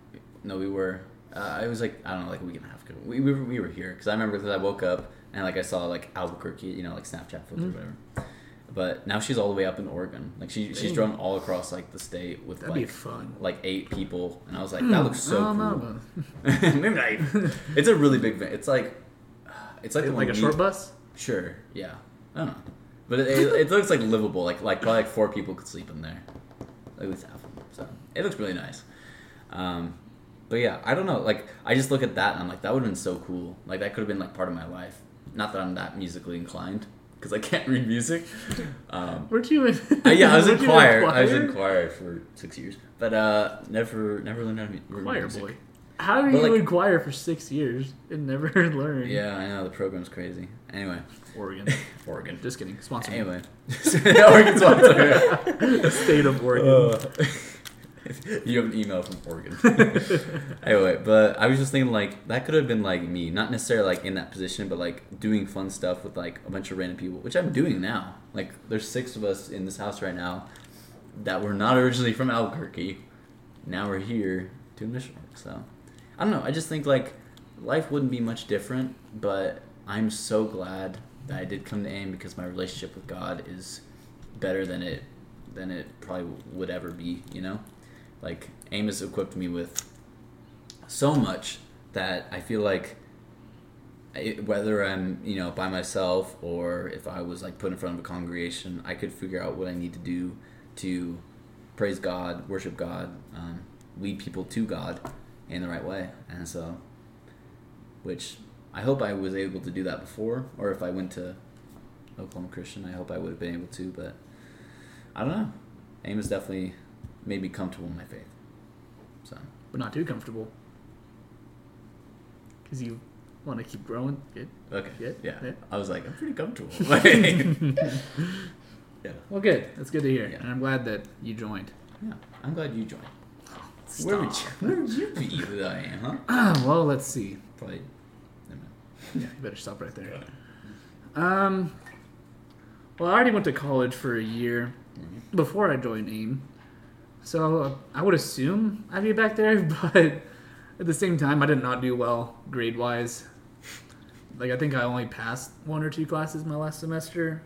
Speaker 2: no, we were. Uh, it was like I don't know, like a week and a half ago. We we were, we were here because I remember because I woke up and like I saw like Albuquerque, you know, like Snapchat filter
Speaker 1: Mm-hmm.
Speaker 2: or whatever. But now she's all the way up in Oregon. Like she she's
Speaker 1: Dang.
Speaker 2: drawn all across like the state with
Speaker 1: That'd be
Speaker 2: like
Speaker 1: fun.
Speaker 2: like eight people, and I was like, that looks so
Speaker 1: I don't
Speaker 2: cool.
Speaker 1: know.
Speaker 2: Maybe not even. It's a really big van. It's like it's like the one
Speaker 1: Like a
Speaker 2: we-
Speaker 1: short bus.
Speaker 2: Sure, yeah. I don't know, but it, it, it looks like livable. Like like probably like four people could sleep in there, at least half of them. So it looks really nice. Um, but yeah, I don't know. Like I just look at that and I'm like, that would have been so cool. Like that could have been like part of my life. Not that I'm that musically inclined because I can't read music. Um,
Speaker 1: Weren't you in?
Speaker 2: uh, yeah, I was in
Speaker 1: weren't you
Speaker 2: choir. I was in choir for six years, but uh, never never learned how to mu- read
Speaker 1: Choir
Speaker 2: music.
Speaker 1: boy. How are
Speaker 2: But,
Speaker 1: you
Speaker 2: like-
Speaker 1: in choir for six years and never learn?
Speaker 2: Yeah, I know the program's crazy. Anyway,
Speaker 1: Oregon.
Speaker 2: Oregon.
Speaker 1: Just kidding. Sponsor. me.
Speaker 2: Anyway, Oregon's sponsor.
Speaker 1: the state of Oregon.
Speaker 2: Uh, you have an email from Oregon. Uh. anyway, but I was just thinking like that could have been like me, not necessarily like in that position, but like doing fun stuff with like a bunch of random people, which I'm doing now. Like there's six of us in this house right now that were not originally from Albuquerque. Now we're here doing mission work. So I don't know. I just think like life wouldn't be much different, but I'm so glad that I did come to AIM because my relationship with God is better than it than it probably would ever be. You know, like AIM has equipped me with so much that I feel like it, whether I'm you know by myself or if I was like put in front of a congregation, I could figure out what I need to do to praise God, worship God, um, lead people to God in the right way, and so which I hope I was able to do that before, or if I went to Oklahoma Christian, I hope I would have been able to, but I don't know. AIM has definitely made me comfortable in my faith. So
Speaker 1: but not too comfortable. Because you want to keep growing. Good.
Speaker 2: okay,
Speaker 1: Yeah,
Speaker 2: yeah.
Speaker 1: yeah.
Speaker 2: I was like, I'm pretty comfortable. yeah,
Speaker 1: Well, good. That's good to hear.
Speaker 2: Yeah.
Speaker 1: And I'm glad that you joined.
Speaker 2: yeah. I'm glad you joined.
Speaker 1: Stop. Ah,
Speaker 2: Where would you, where would you be without AIM, huh?
Speaker 1: well, let's see.
Speaker 2: Probably. never mind.
Speaker 1: Yeah, you better stop right there. Um, well, I already went to college for a year before I joined AIM, so uh, I would assume I'd be back there. But at the same time, I did not do well grade wise. Like I think I only passed one or two classes my last semester,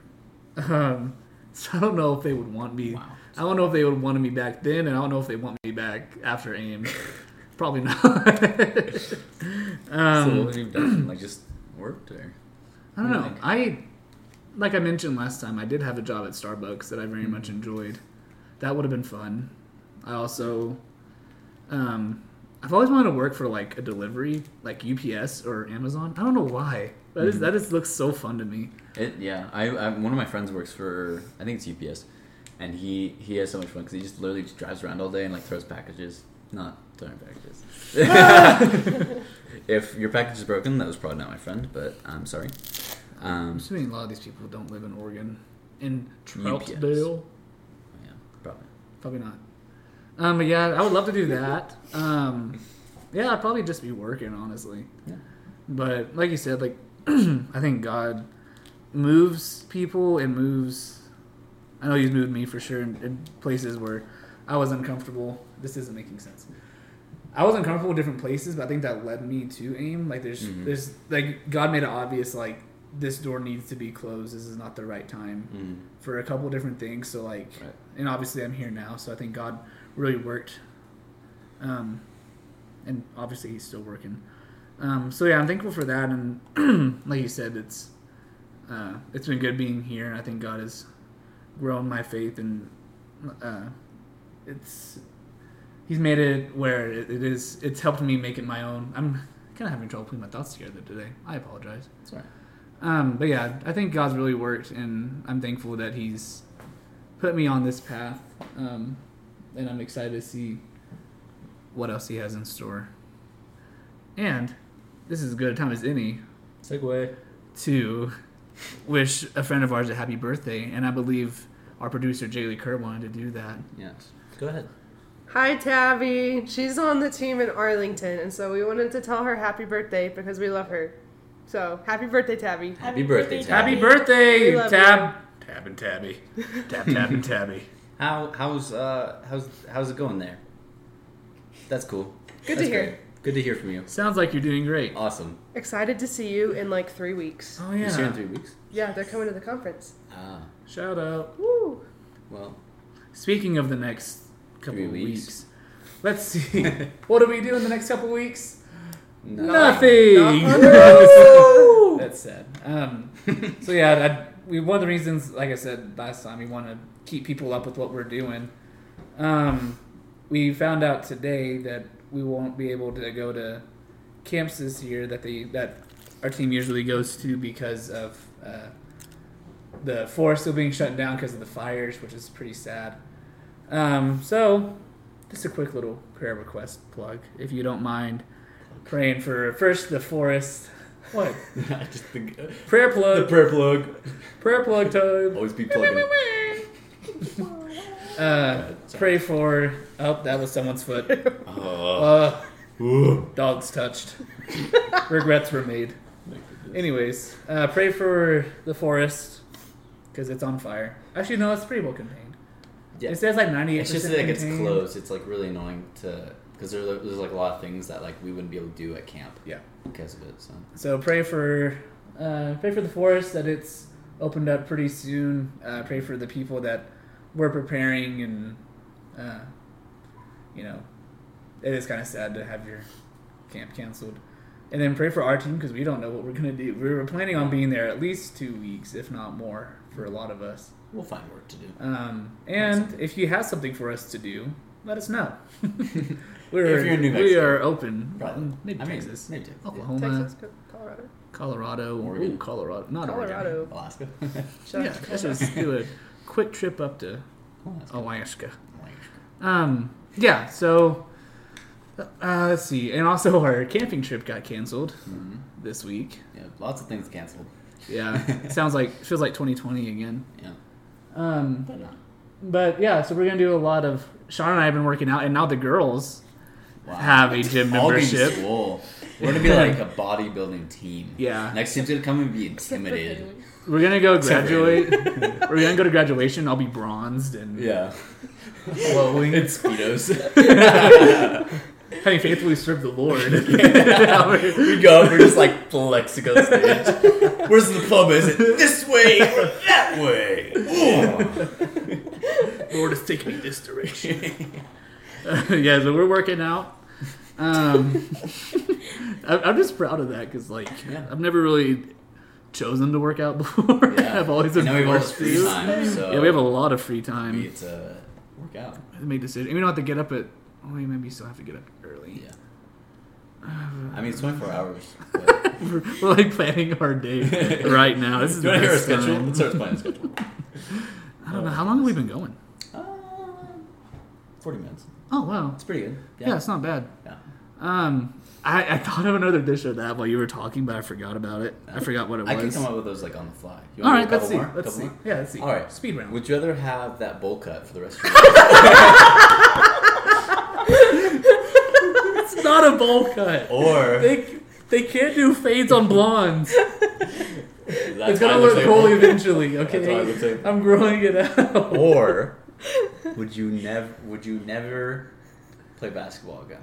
Speaker 1: um, so I don't know if they would want me.
Speaker 2: Wow.
Speaker 1: I don't know if they would want me back then, and I don't know if they want me back after AIM. Probably not. Um,
Speaker 2: so what would you have done? Like just worked or?
Speaker 1: I don't know.
Speaker 2: Like-
Speaker 1: I like I mentioned last time, I did have a job at Starbucks that I very much enjoyed. That would have been fun. I also um I've always wanted to work for like a delivery, like UPS or Amazon. I don't know why. That is that just looks so fun to me.
Speaker 2: It, yeah, I, I one of my friends works for I think it's UPS, and he he has so much fun because he just literally just drives around all day and like throws packages, not throwing packages. if your package is broken, that was probably not my friend, but I'm sorry.
Speaker 1: I'm
Speaker 2: Um,
Speaker 1: assuming a lot of these people don't live in Oregon. In
Speaker 2: UPS.
Speaker 1: Troutdale.
Speaker 2: yeah, probably.
Speaker 1: Probably not. Um, but yeah, I would love to do that. Um, yeah, I'd probably just be working, honestly.
Speaker 2: Yeah.
Speaker 1: But like you said, like I think God moves people and moves. I know He's moved me for sure in, in places where I was uncomfortable. This isn't making sense. I was uncomfortable with different places, but I think that led me to aim. Like there's,
Speaker 2: Mhm.
Speaker 1: there's like God made it obvious. Like this door needs to be closed. This is not the right time
Speaker 2: Mm,
Speaker 1: for a couple different things. So like,
Speaker 2: Right.
Speaker 1: and obviously I'm here now, so I think God really worked. Um, and obviously He's still working. Um, so yeah, I'm thankful for that. And like you said, it's uh, it's been good being here, and I think God has grown my faith, and uh, it's He's made it where it, it is. It's helped me make it my own. I'm kind of having trouble putting my thoughts together today. I apologize.
Speaker 2: That's all right.
Speaker 1: Um, but yeah, I think God's really worked, and I'm thankful that He's put me on this path. Um, and I'm excited to see what else He has in store. And this is as good a time as any
Speaker 2: Segway.
Speaker 1: to wish a friend of ours a happy birthday, and I believe our producer Jaylee Kerr wanted to do that.
Speaker 2: Yes. Go ahead.
Speaker 3: Hi, Tabby. She's on the team in Arlington, and so we wanted to tell her happy birthday because we love her. So, happy birthday, Tabby.
Speaker 2: Happy birthday, Tabby.
Speaker 1: Happy birthday,
Speaker 3: We love
Speaker 1: Tab. Tab and Tabby. Tab, Tab and Tabby.
Speaker 2: How how's uh how's how's it going there? That's cool.
Speaker 3: Good to
Speaker 2: That's
Speaker 3: hear.
Speaker 2: great. Good to hear from you.
Speaker 1: Sounds like you're doing great.
Speaker 2: Awesome.
Speaker 3: Excited to see you in like three weeks.
Speaker 1: Oh
Speaker 2: You see you in
Speaker 1: yeah.
Speaker 2: three weeks.
Speaker 3: Yeah, they're coming to the conference.
Speaker 2: Ah,
Speaker 1: Shout out.
Speaker 3: Woo!
Speaker 2: well,
Speaker 1: Speaking of the next couple
Speaker 2: Three
Speaker 1: of
Speaker 2: weeks.
Speaker 1: weeks. let's see. what do we do in the next couple weeks?
Speaker 2: no.
Speaker 1: Nothing.
Speaker 2: That's sad.
Speaker 1: Um, so yeah, I, we one of the reasons, like I said last time, we want to keep people up with what we're doing. Um, we found out today that we won't be able to go to camps this year that they that our team usually goes to because of uh, the forest still being shut down because of the fires, which is pretty sad. Um, so, just a quick little prayer request plug, if you don't mind, praying for first the forest. What?
Speaker 2: Just uh, the,
Speaker 1: Prayer plug.
Speaker 2: prayer plug.
Speaker 1: prayer plug time.
Speaker 2: Always be plugging. Oh,
Speaker 1: Uh, pray for. Oh, that was someone's foot.
Speaker 2: Oh.
Speaker 1: Uh,
Speaker 2: Ooh.
Speaker 1: dogs touched. Regrets were made. Anyways, uh, pray for the forest because it's on fire. Actually, no, it's pretty well contained.
Speaker 2: Yeah.
Speaker 1: It says like ninety-eight.
Speaker 2: It's just like it's closed. It's like really annoying to because there, there's like a lot of things that like we wouldn't be able to do at camp
Speaker 1: Yeah.
Speaker 2: because of it. So
Speaker 1: So pray for, uh, pray for the forest that it's opened up pretty soon. Uh, pray for the people that were preparing and, uh, you know, it is kind of sad to have your camp canceled. And then pray for our team because we don't know what we're gonna do. We were planning on being there at least two weeks, if not more, for a lot of us.
Speaker 2: we'll find work to do.
Speaker 1: Um, and if you have something for us to do, let us know. We're,
Speaker 2: If you're in New
Speaker 1: we
Speaker 2: Mexico.
Speaker 1: are open.
Speaker 2: Probably.
Speaker 1: Maybe
Speaker 2: I mean,
Speaker 1: Texas,
Speaker 2: maybe Texas, yeah.
Speaker 1: Oklahoma,
Speaker 3: Texas, Co- Colorado.
Speaker 1: Colorado,
Speaker 2: Oregon.
Speaker 1: Ooh, Colorado, not Oregon.
Speaker 3: Colorado.
Speaker 2: Alaska.
Speaker 3: Shut
Speaker 1: Yeah,
Speaker 3: up.
Speaker 1: let's just do a quick trip up to Oh. Alaska.
Speaker 2: Alaska.
Speaker 1: Um, yeah, so uh, let's see, and also our camping trip got canceled
Speaker 2: Mhm.
Speaker 1: this week.
Speaker 2: Yeah, lots of things canceled.
Speaker 1: Yeah, it sounds like feels like 2020 again.
Speaker 2: Yeah,
Speaker 1: Um,
Speaker 2: but not.
Speaker 1: but yeah, so we're gonna do a lot of. Sean and I have been working out, and now the girls
Speaker 2: Wow.
Speaker 1: have a gym
Speaker 2: All being
Speaker 1: membership.
Speaker 2: swole. We're gonna be like a bodybuilding team.
Speaker 1: Yeah.
Speaker 2: Next team's gonna come and be intimidated.
Speaker 1: We're gonna go
Speaker 2: Except for
Speaker 1: graduate. we're gonna go to graduation. I'll be bronzed and
Speaker 2: Yeah.
Speaker 1: glowing.
Speaker 2: It's speedos.
Speaker 1: Having faithfully served the Lord. We're-
Speaker 2: we go. We're just like flexing on stage. Where's the pub? Is it this way or that way? Ooh.
Speaker 1: Lord is taking me this direction. yeah, so we're working out. Um, I'm, I'm just proud of that because, like,
Speaker 2: Yeah.
Speaker 1: I've never really chosen to work out before.
Speaker 2: Yeah.
Speaker 1: I've always
Speaker 2: And
Speaker 1: been
Speaker 2: now we have all this
Speaker 1: forced
Speaker 2: free
Speaker 1: to.
Speaker 2: time, so
Speaker 1: Yeah, we have a lot of free time
Speaker 2: we get to work out.
Speaker 1: to make decisions. We don't have to get up at. Oh, we maybe still have to get up early.
Speaker 2: Yeah. I mean, it's 24 hours. But...
Speaker 1: We're, we're, like planning our day right now. This is
Speaker 2: Do you
Speaker 1: the
Speaker 2: want to hear our
Speaker 1: best
Speaker 2: schedule?
Speaker 1: time.
Speaker 2: Let's start planning a schedule.
Speaker 1: I don't know how long have we been going.
Speaker 2: Uh, 40 minutes.
Speaker 1: Oh wow,
Speaker 2: It's pretty good.
Speaker 1: yeah, it's not bad.
Speaker 2: Yeah.
Speaker 1: Um, I, I thought of another dish of that while you were talking, but I forgot about it. I forgot what it
Speaker 2: I can
Speaker 1: was.
Speaker 2: come up with those like on the fly. You
Speaker 1: All
Speaker 2: want
Speaker 1: right,
Speaker 2: to do a
Speaker 1: let's see.
Speaker 2: couple more?
Speaker 1: Let's
Speaker 2: Couple
Speaker 1: see.
Speaker 2: more?
Speaker 1: Yeah, let's see.
Speaker 2: All right.
Speaker 1: speed round.
Speaker 2: Would you rather have that bowl cut for the rest of your life?
Speaker 1: it's not a bowl cut.
Speaker 2: or
Speaker 1: They they can't do fades on blondes.
Speaker 2: that's
Speaker 1: It's gonna
Speaker 2: why it
Speaker 1: look
Speaker 2: looks like a
Speaker 1: cool
Speaker 2: bowl-
Speaker 1: eventually.
Speaker 2: That's why it
Speaker 1: Okay,
Speaker 2: looks like-
Speaker 1: I'm growing it out.
Speaker 2: Or would you never would you never play basketball again?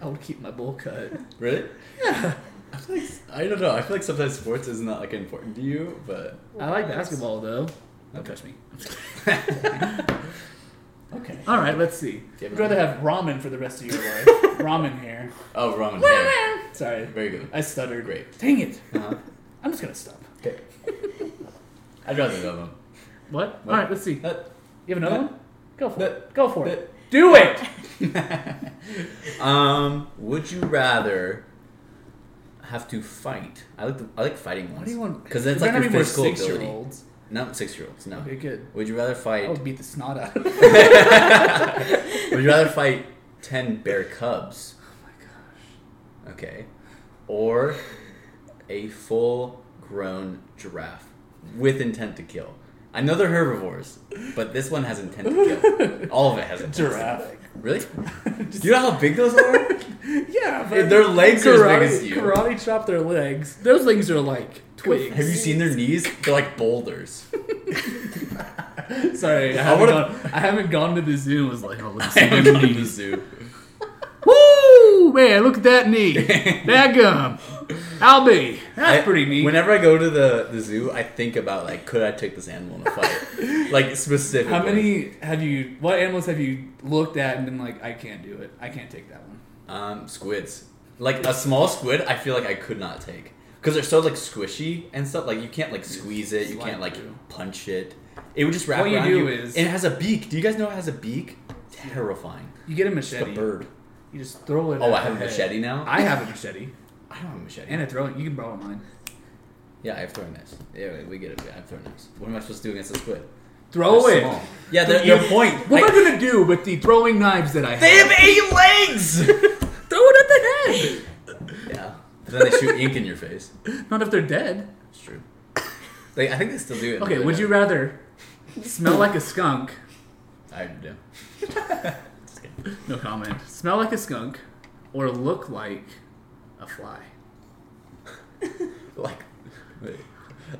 Speaker 1: I would keep my bowl cut.
Speaker 2: Really? I feel like I don't know. I feel like sometimes sports is not like important to you, but
Speaker 1: I like basketball though. Don't touch me.
Speaker 2: okay.
Speaker 1: All right, let's see.
Speaker 2: Do you have
Speaker 1: Would you rather have ramen for the rest of your life? ramen hair.
Speaker 2: Oh, ramen hair.
Speaker 1: Sorry,
Speaker 2: Very good.
Speaker 1: I stuttered.
Speaker 2: Great.
Speaker 1: Dang it!
Speaker 2: Uh-huh.
Speaker 1: I'm just gonna stop.
Speaker 2: Okay. I'd rather love him.
Speaker 1: What?
Speaker 2: What?
Speaker 1: All right, let's see. You have another
Speaker 2: That-
Speaker 1: one? Go for
Speaker 2: that-
Speaker 1: it. Go for
Speaker 2: that-
Speaker 1: it. Do it.
Speaker 2: um, would you rather have to fight? I like the, I like fighting ones.
Speaker 1: What do you want?
Speaker 2: Because that's
Speaker 1: They're
Speaker 2: like
Speaker 1: gonna
Speaker 2: your
Speaker 1: be more
Speaker 2: physical ability.
Speaker 1: six-year-olds.
Speaker 2: Not six year olds. No.
Speaker 1: Okay, good.
Speaker 2: Would you rather
Speaker 1: I
Speaker 2: fight?
Speaker 1: would beat the snot out. of Oh.
Speaker 2: Would you rather fight ten bear cubs? Okay. Or a full grown giraffe with intent to kill. I know they're herbivores, but this one has intent to kill. All of it has intent. to kill.
Speaker 1: Giraffe.
Speaker 2: Really? Do you know how big those are?
Speaker 1: yeah,
Speaker 2: Hey,
Speaker 1: but
Speaker 2: their legs are
Speaker 1: karate,
Speaker 2: as big as you.
Speaker 1: Karate chop their legs. Those things are like twigs.
Speaker 2: Have you seen their knees? They're like boulders.
Speaker 1: Sorry, I
Speaker 2: I
Speaker 1: haven't,
Speaker 2: would've-
Speaker 1: gone, I haven't gone to the zoo and was like, oh, let's see
Speaker 2: I'm
Speaker 1: my
Speaker 2: going to the
Speaker 1: knees.
Speaker 2: zoo.
Speaker 1: Woo! Man, look at that knee. that gum. I'll be. That's
Speaker 2: I-
Speaker 1: pretty neat.
Speaker 2: Whenever I go to the, the zoo, I think about like, could I take this animal in a fight? like specifically.
Speaker 1: How many have you? What animals have you looked at and been like, I can't do it. I can't take that one.
Speaker 2: Um, squids. Like a small squid, I feel like I could not take because they're so like squishy and stuff. Like you can't like squeeze it, you
Speaker 1: Slide
Speaker 2: can't like
Speaker 1: through.
Speaker 2: punch it. It would just wrap
Speaker 1: What you
Speaker 2: around
Speaker 1: do
Speaker 2: you.
Speaker 1: is-
Speaker 2: and it has a beak. Do you guys know it has a beak? Terrifying.
Speaker 1: You get a
Speaker 2: It's
Speaker 1: machete.
Speaker 2: like a bird.
Speaker 1: You just throw it. at
Speaker 2: Oh, I have a
Speaker 1: their head.
Speaker 2: machete now.
Speaker 1: I have a machete
Speaker 2: I don't have a machete.
Speaker 1: and a throwing. You can borrow mine.
Speaker 2: yeah, I have throwing knives. Yeah, wait, we get it. I have throwing knives. What am I supposed to do against a squid?
Speaker 1: Throw
Speaker 2: They're
Speaker 1: it.
Speaker 2: small. Yeah,
Speaker 1: Dude,
Speaker 2: they're, they're
Speaker 1: you-
Speaker 2: point.
Speaker 1: Oh, What
Speaker 2: I-
Speaker 1: am I gonna do with the throwing knives that I
Speaker 2: they
Speaker 1: have?
Speaker 2: have eight legs.
Speaker 1: Throw it at the head.
Speaker 2: yeah. Then they shoot ink in your face.
Speaker 1: Not if they're dead.
Speaker 2: It's true. Like I think they still do it.
Speaker 1: Okay, would you rather smell like a skunk?
Speaker 2: I do.
Speaker 1: No comment. Smell like a skunk or look like a fly?
Speaker 2: like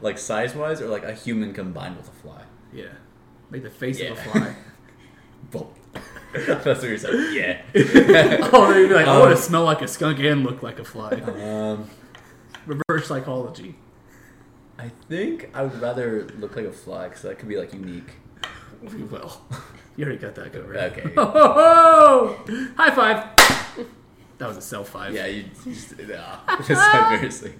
Speaker 2: like size wise or like a human combined with a fly
Speaker 1: Yeah. Like the face of a
Speaker 2: Yeah.
Speaker 1: fly.
Speaker 2: Boom. that's what you're saying yeah
Speaker 1: oh, they'd be like, I want to
Speaker 2: Um,
Speaker 1: smell like a skunk and look like a fly.
Speaker 2: um
Speaker 1: Reverse psychology.
Speaker 2: i think i would rather look like a fly because that could be like unique
Speaker 1: We will. You already got that go right.
Speaker 2: Okay.
Speaker 1: Ho, ho, ho! High five. That was a self five.
Speaker 2: yeah you just nah. it's so embarrassing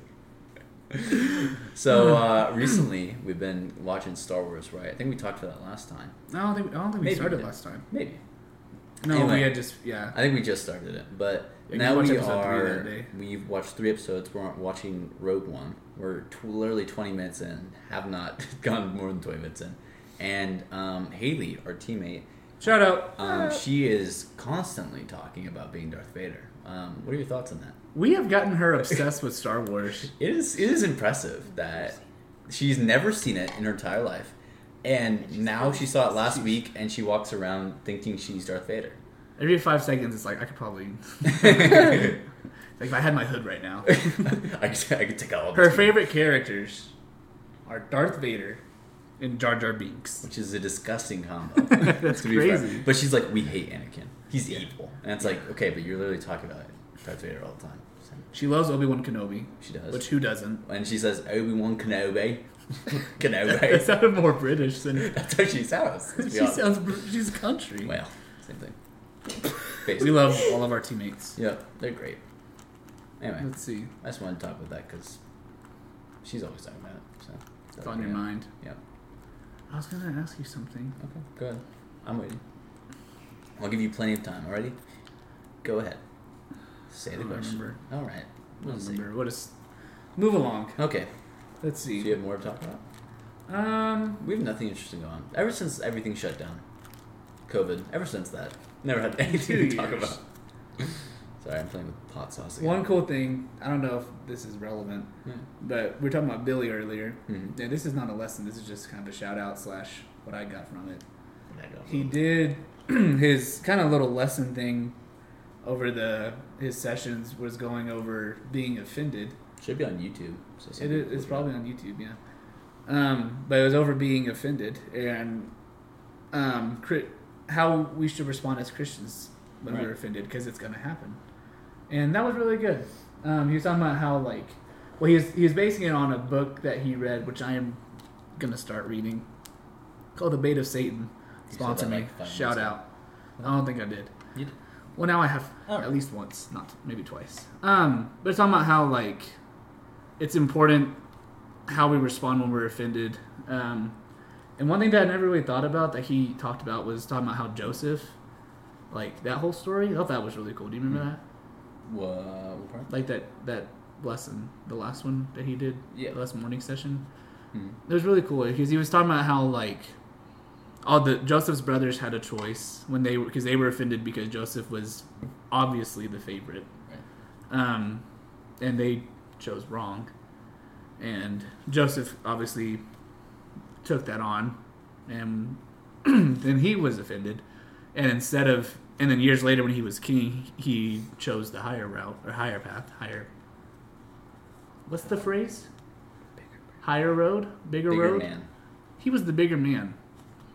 Speaker 2: so uh recently we've been watching star wars right i think we talked about that last time
Speaker 1: I don't think I don't think we
Speaker 2: Maybe we
Speaker 1: started
Speaker 2: did.
Speaker 1: last time.
Speaker 2: maybe
Speaker 1: No,
Speaker 2: Anyway.
Speaker 1: we had just yeah.
Speaker 2: I think we just started it, but
Speaker 1: Yeah, you
Speaker 2: now
Speaker 1: watched
Speaker 2: we
Speaker 1: episode three that
Speaker 2: are.
Speaker 1: day.
Speaker 2: We've watched three episodes. We're watching Rogue One. We're tw- literally twenty minutes in. Have not gone more than twenty minutes in. And um, Haley, our teammate,
Speaker 1: Shout out.
Speaker 2: um, she is constantly talking about being Darth Vader. Um, what are your thoughts on that?
Speaker 1: We have gotten her obsessed with Star Wars.
Speaker 2: It is it is impressive that she's never seen it in her entire life, and now she saw it last week, and she walks around thinking she's Darth Vader.
Speaker 1: Every five seconds, it's like I could probably like if I had my hood right now.
Speaker 2: I could, I could take out all
Speaker 1: Her
Speaker 2: this-
Speaker 1: favorite characters are Darth Vader and Jar Jar Binks.
Speaker 2: which is a disgusting combo.
Speaker 1: That's
Speaker 2: to be fair.
Speaker 1: crazy.
Speaker 2: But she's like, we hate Anakin. He's evil, and it's like, okay, but you're literally talking about Darth Vader all the time. So
Speaker 1: She loves Obi Wan Kenobi,
Speaker 2: she does,
Speaker 1: which who doesn't?
Speaker 2: and she says Obi Wan Kenobi,
Speaker 1: It
Speaker 2: Kenobi.
Speaker 1: sounded more British than
Speaker 2: That's how she sounds. to be
Speaker 1: she
Speaker 2: honest.
Speaker 1: sounds. Br- She's country.
Speaker 2: well, same thing.
Speaker 1: We
Speaker 2: Basically,
Speaker 1: love all of our teammates.
Speaker 2: yeah, they're great. Anyway,
Speaker 1: Let's see.
Speaker 2: I just wanted to talk about that because she's always talking about it. So
Speaker 1: It's on your mind.
Speaker 2: Yeah.
Speaker 1: I was gonna ask you something.
Speaker 2: Okay. Go ahead. I'm waiting. I'll give you plenty of time. Already. Go ahead. Say
Speaker 1: I
Speaker 2: the
Speaker 1: don't
Speaker 2: question.
Speaker 1: remember.
Speaker 2: All right.
Speaker 1: I
Speaker 2: We'll
Speaker 1: don't
Speaker 2: see.
Speaker 1: remember. What is? Move along.
Speaker 2: Okay.
Speaker 1: Let's
Speaker 2: Do
Speaker 1: see.
Speaker 2: you have more to talk about?
Speaker 1: Um.
Speaker 2: We have nothing interesting going on. Ever since everything shut down, COVID. Ever since that, never had anything
Speaker 1: Two
Speaker 2: to talk
Speaker 1: years.
Speaker 2: about. Sorry, I'm playing with pot sauce again.
Speaker 1: One cool thing. I don't know if this is relevant,
Speaker 2: Yeah.
Speaker 1: but we were talking about Billy earlier.
Speaker 2: Mhm.
Speaker 1: Yeah, this is not a lesson. This is just kind of a shout out slash what I got from it.
Speaker 2: I don't
Speaker 1: He
Speaker 2: know.
Speaker 1: did his kind of little lesson thing over the his sessions was going over being offended.
Speaker 2: Should be on YouTube. So some
Speaker 1: It
Speaker 2: people
Speaker 1: is it's
Speaker 2: look
Speaker 1: probably
Speaker 2: up.
Speaker 1: on YouTube, yeah. Um, but it was over being offended and um, cri- how we should respond as Christians when
Speaker 2: Right.
Speaker 1: we're offended because it's going to happen. And that was really good. Um, he was talking about how like, well, he was he was basing it on a book that he read, which I am going to start reading, called The Bait of Satan.
Speaker 2: You said
Speaker 1: Sponsor
Speaker 2: that
Speaker 1: me.
Speaker 2: like five
Speaker 1: Shout
Speaker 2: minutes
Speaker 1: out. I don't think I did.
Speaker 2: You did.
Speaker 1: Well, now I have
Speaker 2: Oh.
Speaker 1: at least once, not maybe twice. Um, but it's talking about how like it's important how we respond when we're offended. Um, and one thing that I never really thought about that he talked about was talking about how Joseph, like that whole story. I thought that was really cool. Do you
Speaker 2: Hmm.
Speaker 1: remember
Speaker 2: Wha- what part?
Speaker 1: that? Like that that lesson, the last one that he did,
Speaker 2: Yeah.
Speaker 1: the last morning session.
Speaker 2: Mhm.
Speaker 1: It was really cool because he was talking about how like all the Joseph's brothers had a choice when they because they were offended because Joseph was obviously the favorite,
Speaker 2: Right.
Speaker 1: um, and they chose wrong, and Joseph obviously took that on, and then he was offended, and instead of and then years later when he was king he chose the higher route or higher path higher. What's the phrase? Higher road, bigger,
Speaker 2: Bigger
Speaker 1: road.
Speaker 2: man.
Speaker 1: He was the bigger man.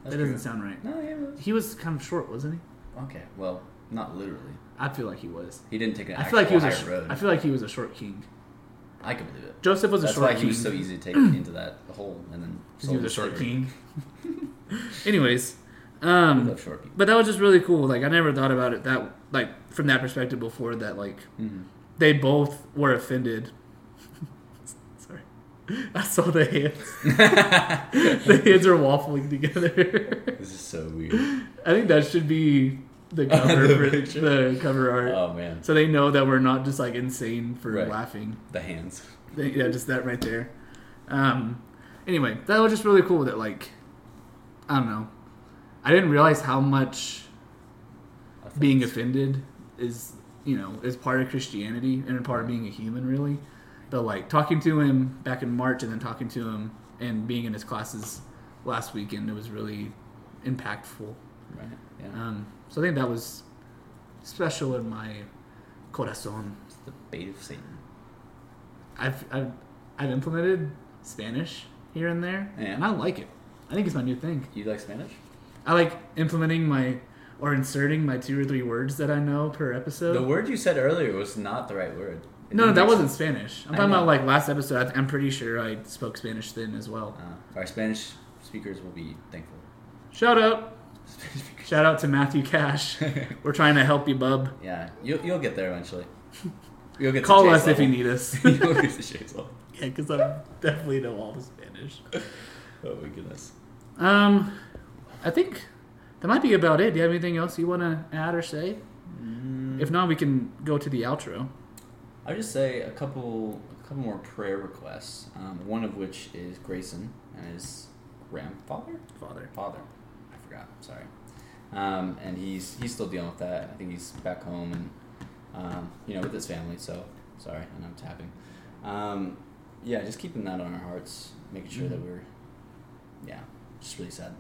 Speaker 2: That's
Speaker 1: that doesn't
Speaker 2: true.
Speaker 1: sound right.
Speaker 2: No, yeah. well-
Speaker 1: He was kind of short, wasn't he?
Speaker 2: Okay. Well, not literally.
Speaker 1: I feel like he was.
Speaker 2: He didn't take an
Speaker 1: I
Speaker 2: actual
Speaker 1: feel like he was a
Speaker 2: higher
Speaker 1: sh-
Speaker 2: road.
Speaker 1: I feel like he was a short king.
Speaker 2: I can believe it.
Speaker 1: Joseph was a
Speaker 2: That's
Speaker 1: short
Speaker 2: why
Speaker 1: king.
Speaker 2: he was so easy to take into that hole and then.
Speaker 1: 'cause he was a
Speaker 2: sold
Speaker 1: short
Speaker 2: it.
Speaker 1: king. Anyways,
Speaker 2: I
Speaker 1: um,
Speaker 2: love short people.
Speaker 1: but that was just really cool. Like I never thought about it that like from that perspective before. That like
Speaker 2: Mhm.
Speaker 1: they both were offended. Sorry, I saw the hands. the hands are waffling together.
Speaker 2: This is so weird.
Speaker 1: I think that should be the cover
Speaker 2: The
Speaker 1: for
Speaker 2: picture.
Speaker 1: the cover art.
Speaker 2: Oh man,
Speaker 1: So they know that we're not just like insane for
Speaker 2: Right.
Speaker 1: laughing.
Speaker 2: the hands.
Speaker 1: They- yeah, just that right there. Um, anyway, that was just really cool that like, I don't know. I didn't realize how much being offended is, you know, is part of Christianity and part of being a human really. But like talking to him back in March and then talking to him and being in his classes last weekend, it was really impactful.
Speaker 2: Right. Yeah.
Speaker 1: Um, so I think that was special in my corazón.
Speaker 2: It's the bait of Satan.
Speaker 1: I've, I've I've implemented Spanish here and there,
Speaker 2: Yeah.
Speaker 1: and I like it. I think it's my new thing.
Speaker 2: You like Spanish?
Speaker 1: I like implementing my or inserting my two or three words that I know per episode.
Speaker 2: The word you said earlier was not the right word. It
Speaker 1: Uh. no, no,
Speaker 2: didn't
Speaker 1: that
Speaker 2: make
Speaker 1: wasn't Spanish. I'm
Speaker 2: I
Speaker 1: talking
Speaker 2: know.
Speaker 1: about like last episode. I, I'm pretty sure I spoke Spanish then as well.
Speaker 2: sense. Uh, our Spanish speakers will be thankful.
Speaker 1: Shout out,
Speaker 2: Spanish speakers.
Speaker 1: shout out to Matthew Cash. We're trying to help you, bub.
Speaker 2: Yeah, you'll, you'll get there eventually. You'll get to
Speaker 1: Call
Speaker 2: Jay's
Speaker 1: us if you
Speaker 2: level.
Speaker 1: need us.
Speaker 2: you'll get to Jay's level.
Speaker 1: yeah, because I definitely know all the Spanish.
Speaker 2: Oh my goodness.
Speaker 1: Um, I think that might be about it. Do you have anything else you want to add or say? If not, we can go to the outro.
Speaker 2: I would just say a couple, a couple more prayer requests. Um, one of which is Grayson and his grandfather,
Speaker 1: Father.
Speaker 2: father. I forgot. Sorry. Um, and he's he's still dealing with that. I think he's back home and um, you know with his family. So sorry, and I'm tapping. Um, yeah, just keeping that on our hearts, making sure that we're yeah, just really sad.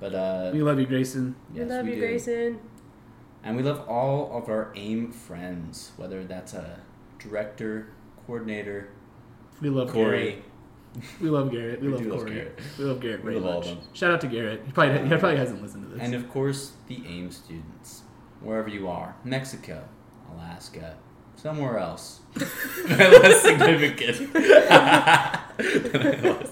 Speaker 2: But uh,
Speaker 1: We love you, Grayson.
Speaker 3: We
Speaker 2: yes,
Speaker 3: love
Speaker 2: we
Speaker 3: you,
Speaker 2: do.
Speaker 3: Grayson.
Speaker 2: And we love all of our AIM friends, whether that's a director, coordinator,
Speaker 1: We love
Speaker 2: Corey.
Speaker 1: Garrett. We love Garrett. We,
Speaker 2: We
Speaker 1: love
Speaker 2: do love
Speaker 1: Corey.
Speaker 2: Garrett.
Speaker 1: We love Garrett
Speaker 2: We
Speaker 1: very
Speaker 2: love all
Speaker 1: much.
Speaker 2: of them.
Speaker 1: Shout out to Garrett. He probably, he probably hasn't listened to this.
Speaker 2: And of course, the AIM students, wherever you are Mexico, Alaska, somewhere else. Less significant. Alaska.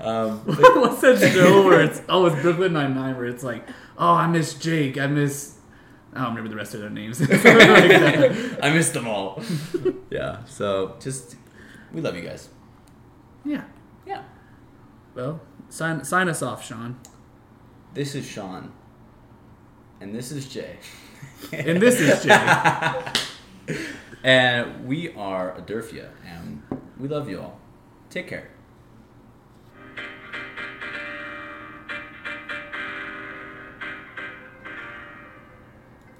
Speaker 2: um, but
Speaker 1: What's that show where it's oh it's Brooklyn Nine Nine where it's like oh I miss Jake I miss I don't remember the rest of their names.
Speaker 2: I missed them all. yeah, so just, we love you guys.
Speaker 1: yeah.
Speaker 2: Yeah.
Speaker 1: Well, sign sign us off, Sean.
Speaker 2: This is Sean. And this is Jay.
Speaker 1: And this is Jake.
Speaker 2: And we are Adurfia, and we love you all. Take care.